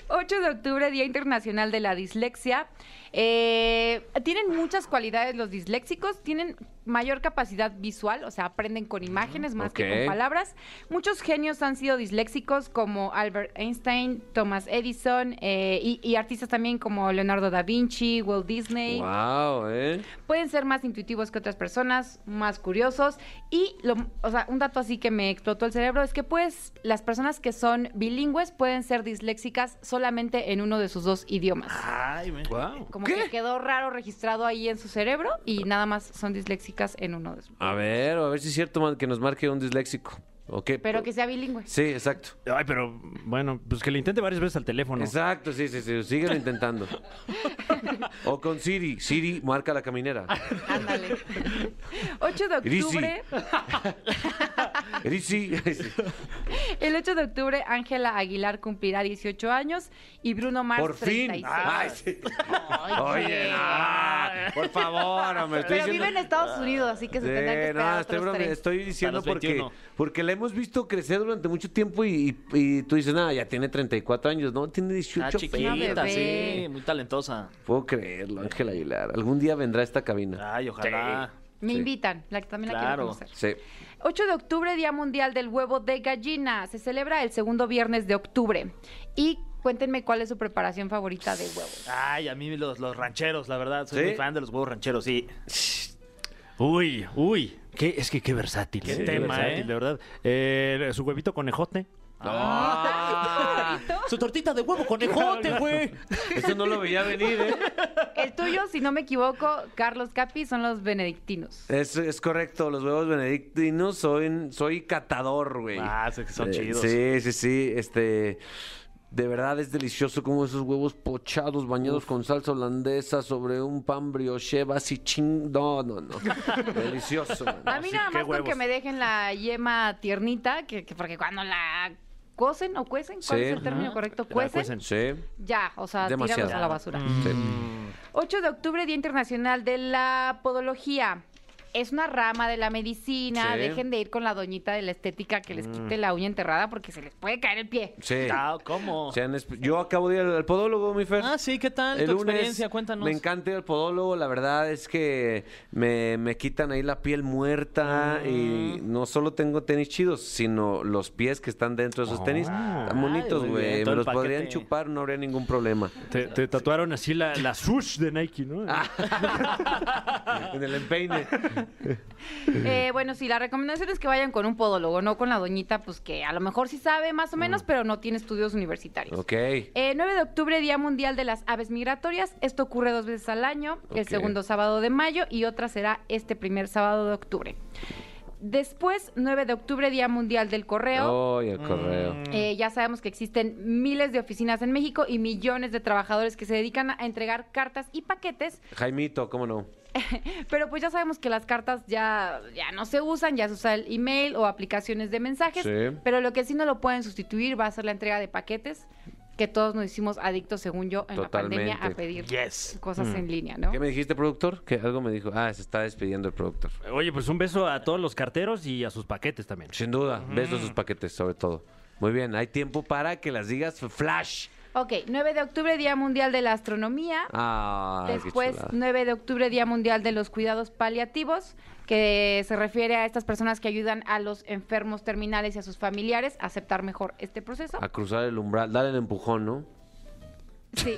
Speaker 11: 8 de octubre, Día Internacional de la Dislexia. Eh, tienen muchas cualidades los disléxicos, tienen mayor capacidad visual, o sea, aprenden con imágenes más que
Speaker 2: Ok.
Speaker 11: con palabras. Muchos genios han sido disléxicos como Albert Einstein, Thomas Edison eh, y, y artistas también como Leonardo da Vinci, Walt Disney.
Speaker 2: wow, eh.
Speaker 11: Pueden ser más intuitivos que otras personas, más curiosos y, lo, o sea, un dato así que me explotó el cerebro es que pues las personas que son bilingües pueden ser disléxicas solamente en uno de sus dos idiomas.
Speaker 4: Ay, me...
Speaker 3: Wow.
Speaker 11: Como que quedó raro registrado ahí en su cerebro y nada más son disléxicas en uno de sus.
Speaker 2: A ver, a ver si es cierto man, que nos marque un disléxico. ¿O qué?
Speaker 11: Pero que sea bilingüe.
Speaker 2: Sí, exacto.
Speaker 3: Ay, pero bueno, pues que le intente varias veces al teléfono.
Speaker 2: Exacto, sí, sí, sí. Síguelo intentando. o con Siri. Siri marca la caminera.
Speaker 11: Ándale. 8 de
Speaker 2: Irisi.
Speaker 11: octubre.
Speaker 2: Eri, sí.
Speaker 11: El 8 de octubre, Ángela Aguilar cumplirá 18 años y Bruno Mars
Speaker 2: Por fin. Ah,
Speaker 11: 36.
Speaker 2: Ay, sí. Oye, no, por favor, hombre. Estoy
Speaker 11: Pero vive en
Speaker 2: diciendo...
Speaker 11: Estados Unidos, así que se tendrán que
Speaker 2: Sí,
Speaker 11: esperar
Speaker 2: no,
Speaker 11: otros
Speaker 2: estoy, brome-
Speaker 11: tres.
Speaker 2: estoy diciendo
Speaker 4: Hasta los
Speaker 2: porque,
Speaker 4: 21.
Speaker 2: porque le hemos visto crecer durante mucho tiempo y, y- y tú dices, nada, ya tiene 34 años, ¿no? Tiene 18
Speaker 4: Está chiquita, sí, muy talentosa.
Speaker 2: Puedo creerlo, Ángel Aguilar. Algún día vendrá a esta cabina.
Speaker 4: Ay, ojalá.
Speaker 11: Me
Speaker 2: Sí.
Speaker 11: invitan, la, también la quiero
Speaker 2: Claro.
Speaker 11: conocer.
Speaker 2: Sí.
Speaker 11: 8 de octubre, Día Mundial del Huevo de Gallina. Se celebra el segundo viernes de octubre. Y cuéntenme cuál es su preparación favorita de huevo.
Speaker 4: Ay, a mí los, los rancheros, la verdad. Soy
Speaker 3: ¿Sí?
Speaker 4: muy fan de los huevos rancheros, sí.
Speaker 3: Uy, uy. Qué, es que qué versátil.
Speaker 4: Qué
Speaker 3: eh,
Speaker 4: tema,
Speaker 3: versátil,
Speaker 4: ¿eh?
Speaker 3: De verdad. Eh, su huevito con ejote.
Speaker 4: Su tortita de huevo con ejote, güey.
Speaker 2: Ah. Eso no lo veía venir, ¿eh?
Speaker 11: El tuyo, si no me equivoco, Carlos Capi, son los benedictinos.
Speaker 2: Es, es correcto, los huevos benedictinos soy, soy catador, güey. Eh,
Speaker 4: Ah, sí, que son chidos.
Speaker 2: Sí, sí, sí. Este, de verdad es delicioso como esos huevos pochados, bañados con salsa holandesa sobre un pan brioche, así ching. No, no, no. delicioso. man.
Speaker 11: A mí nada más con que me dejen la yema tiernita, que, que- porque cuando la cocen o cuecen, ¿cuál
Speaker 2: Sí.
Speaker 11: es el término
Speaker 2: Ajá.
Speaker 11: correcto? ¿Cuecen?
Speaker 2: Sí.
Speaker 11: Ya, o sea,
Speaker 2: Demasiado. Mm.
Speaker 11: tirarlos Ah, a la basura.
Speaker 2: Sí.
Speaker 11: 8 de octubre, Día Internacional de la Podología. Es una rama de la medicina.
Speaker 2: Sí.
Speaker 11: Dejen de ir con la doñita de la estética que les quite
Speaker 2: Mm.
Speaker 11: la uña enterrada porque se les puede caer el pie.
Speaker 2: Sí.
Speaker 4: Ah, ¿cómo?
Speaker 2: Se han esp- Yo acabo de ir al al podólogo, mi Fer.
Speaker 4: Ah, sí, ¿qué tal
Speaker 2: El
Speaker 4: tu
Speaker 2: lunes
Speaker 4: experiencia? Cuéntanos.
Speaker 2: Me encanta ir al podólogo, la verdad es que me, me quitan ahí la piel muerta y no solo tengo tenis chidos, sino los pies que están dentro de esos tenis. Están bonitos,
Speaker 3: muy bien,
Speaker 2: güey.
Speaker 3: todo
Speaker 2: Me los
Speaker 3: el
Speaker 2: podrían
Speaker 3: paquete.
Speaker 2: chupar, no habría ningún problema.
Speaker 3: Te, te tatuaron así la, la swoosh de Nike, ¿no?
Speaker 4: Ah.
Speaker 2: en el empeine.
Speaker 11: Eh, bueno, sí, la recomendación es que vayan con un podólogo, no con la doñita, pues que a lo mejor sí sabe más o menos, pero no tiene estudios universitarios.
Speaker 2: Ok.
Speaker 11: Eh, 9 de octubre, Día Mundial de las Aves Migratorias. Esto ocurre dos veces al año, el
Speaker 2: Ok.
Speaker 11: segundo sábado de mayo y otra será este primer sábado de octubre. Después, 9 de octubre, Día Mundial del Correo.
Speaker 2: Ay, el correo.
Speaker 11: Eh, ya sabemos que existen miles de oficinas en México y millones de trabajadores que se dedican a entregar cartas y paquetes,
Speaker 2: Jaimito, ¿cómo no?
Speaker 11: pero pues ya sabemos que las cartas ya, ya no se usan, ya se usa el email o aplicaciones de mensajes,
Speaker 2: Sí.
Speaker 11: pero lo que sí no lo pueden sustituir va a ser la entrega de paquetes que todos nos hicimos adictos, según yo, en la pandemia a
Speaker 2: Totalmente.
Speaker 11: pedir
Speaker 3: Yes.
Speaker 11: cosas
Speaker 3: Mm.
Speaker 11: en línea, ¿no?
Speaker 2: ¿Qué me dijiste, productor? Que algo me dijo. Ah, se está despidiendo el productor.
Speaker 3: Oye, pues un beso a todos los carteros y a sus paquetes también.
Speaker 2: Sin duda, besos sus paquetes, sobre todo. Muy bien, hay tiempo para que las digas flash.
Speaker 11: Ok, 9 de octubre, Día Mundial de la Astronomía.
Speaker 2: Ah, qué
Speaker 11: Después,
Speaker 2: chulada.
Speaker 11: 9 de octubre, Día Mundial de los Cuidados Paliativos, que se refiere a estas personas que ayudan a los enfermos terminales y a sus familiares a aceptar mejor este proceso.
Speaker 2: A cruzar el umbral, dale el empujón, ¿no?
Speaker 11: Sí.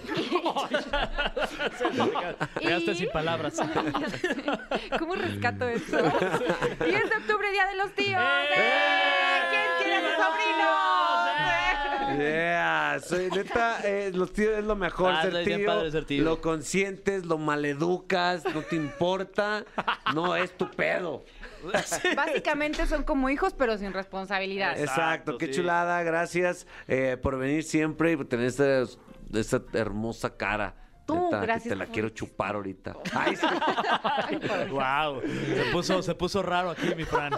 Speaker 4: Quedaste sin palabras.
Speaker 11: ¿Cómo rescato esto? 10 de octubre, Día de los Tíos. ¡Eh! ¿Quién quiere a sus sobrinos?
Speaker 2: Yeah, soy neta, eh, los tíos es lo mejor
Speaker 4: Ah,
Speaker 2: ser,
Speaker 4: soy bien
Speaker 2: tío,
Speaker 4: padre ser tío.
Speaker 2: Lo consientes, lo maleducas, no te importa, no es tu pedo.
Speaker 11: Básicamente son como hijos, pero sin responsabilidad.
Speaker 2: Exacto, qué
Speaker 11: sí.
Speaker 2: chulada, gracias eh, por venir siempre y por tener esta, esta hermosa cara.
Speaker 11: Tú,
Speaker 2: neta, que
Speaker 11: gracias
Speaker 2: te la
Speaker 11: por- Oh.
Speaker 2: quiero chupar ahorita. Ay, sí.
Speaker 4: wow. Se puso, se puso raro aquí, mi Fran.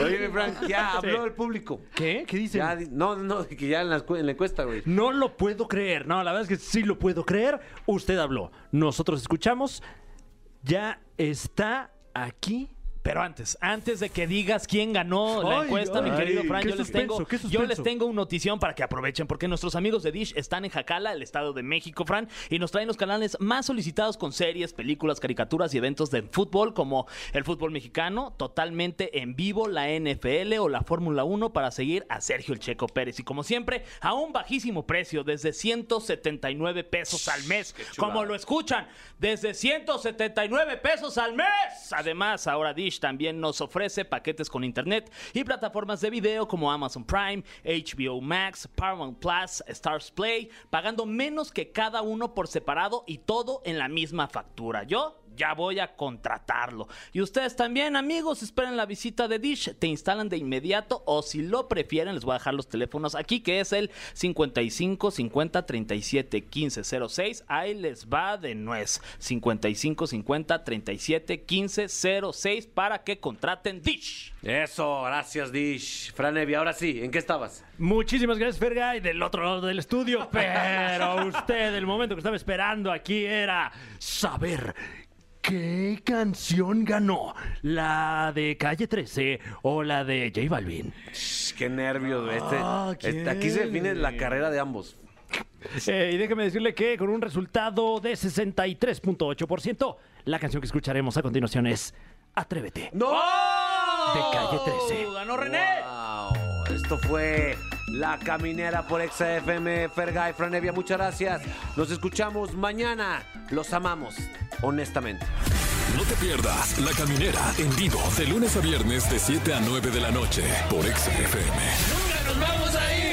Speaker 2: Oye, mi Frank, ya habló el público.
Speaker 3: ¿Qué? ¿Qué dicen?
Speaker 2: Ya di- no, no, que ya en la, escu- en la encuesta, güey.
Speaker 3: No lo puedo creer. No, la verdad es que sí lo puedo creer. Usted habló. Nosotros escuchamos. Ya está aquí.
Speaker 4: Pero antes, antes de que digas quién ganó la
Speaker 3: Ay,
Speaker 4: encuesta, mi
Speaker 3: ay,
Speaker 4: querido Fran,
Speaker 3: qué
Speaker 4: yo, les
Speaker 3: suspenso,
Speaker 4: tengo,
Speaker 3: qué
Speaker 4: yo les
Speaker 3: suspenso.
Speaker 4: tengo una notición para que aprovechen, porque nuestros amigos de Dish están en Jacala, el estado de México, Fran, y nos traen los canales más solicitados con series, películas, caricaturas y eventos de fútbol, como el fútbol mexicano, totalmente en vivo, la NFL o la Fórmula 1, para seguir a Sergio El Checo Pérez. Y como siempre, a un bajísimo precio, desde 179 pesos al mes, como lo escuchan, desde 179 pesos al mes. Además, ahora Dish también nos ofrece paquetes con internet y plataformas de video como Amazon Prime, HBO Max, Paramount Plus, Stars Play, pagando menos que cada uno por separado y todo en la misma factura. Yo ya voy a contratarlo. Y ustedes también, amigos, esperen la visita de Dish. Te instalan de inmediato o si lo prefieren, les voy a dejar los teléfonos aquí, que es el 55 50 37 15 06. Ahí les va de nuez. 55 50 37 15 06 para que contraten Dish.
Speaker 2: Eso, gracias, Dish. Fran Evia, ahora sí, ¿en qué estabas?
Speaker 3: Muchísimas gracias, Ferga, y del otro lado del estudio. Pero usted, el momento que estaba esperando aquí era saber ¿Qué canción ganó? ¿La de Calle 13 o la de J Balvin?
Speaker 2: Shh, Qué nervios. Este,
Speaker 3: Ah,
Speaker 2: este- aquí se define
Speaker 3: ¿quién?
Speaker 2: la carrera de ambos.
Speaker 3: Eh, y déjeme decirle que con un resultado de 63.8%, la canción que escucharemos a continuación es Atrévete.
Speaker 2: ¡No!
Speaker 3: De Calle 13.
Speaker 2: ¡Ganó René! Esto fue La Caminera por ExaFM, Fergay, Franevia. Muchas gracias. Nos escuchamos mañana. Los amamos, honestamente.
Speaker 1: No te pierdas La Caminera en vivo de lunes a viernes de 7 a 9 de la noche por Exa FM.
Speaker 2: ¡Nos vamos a ir!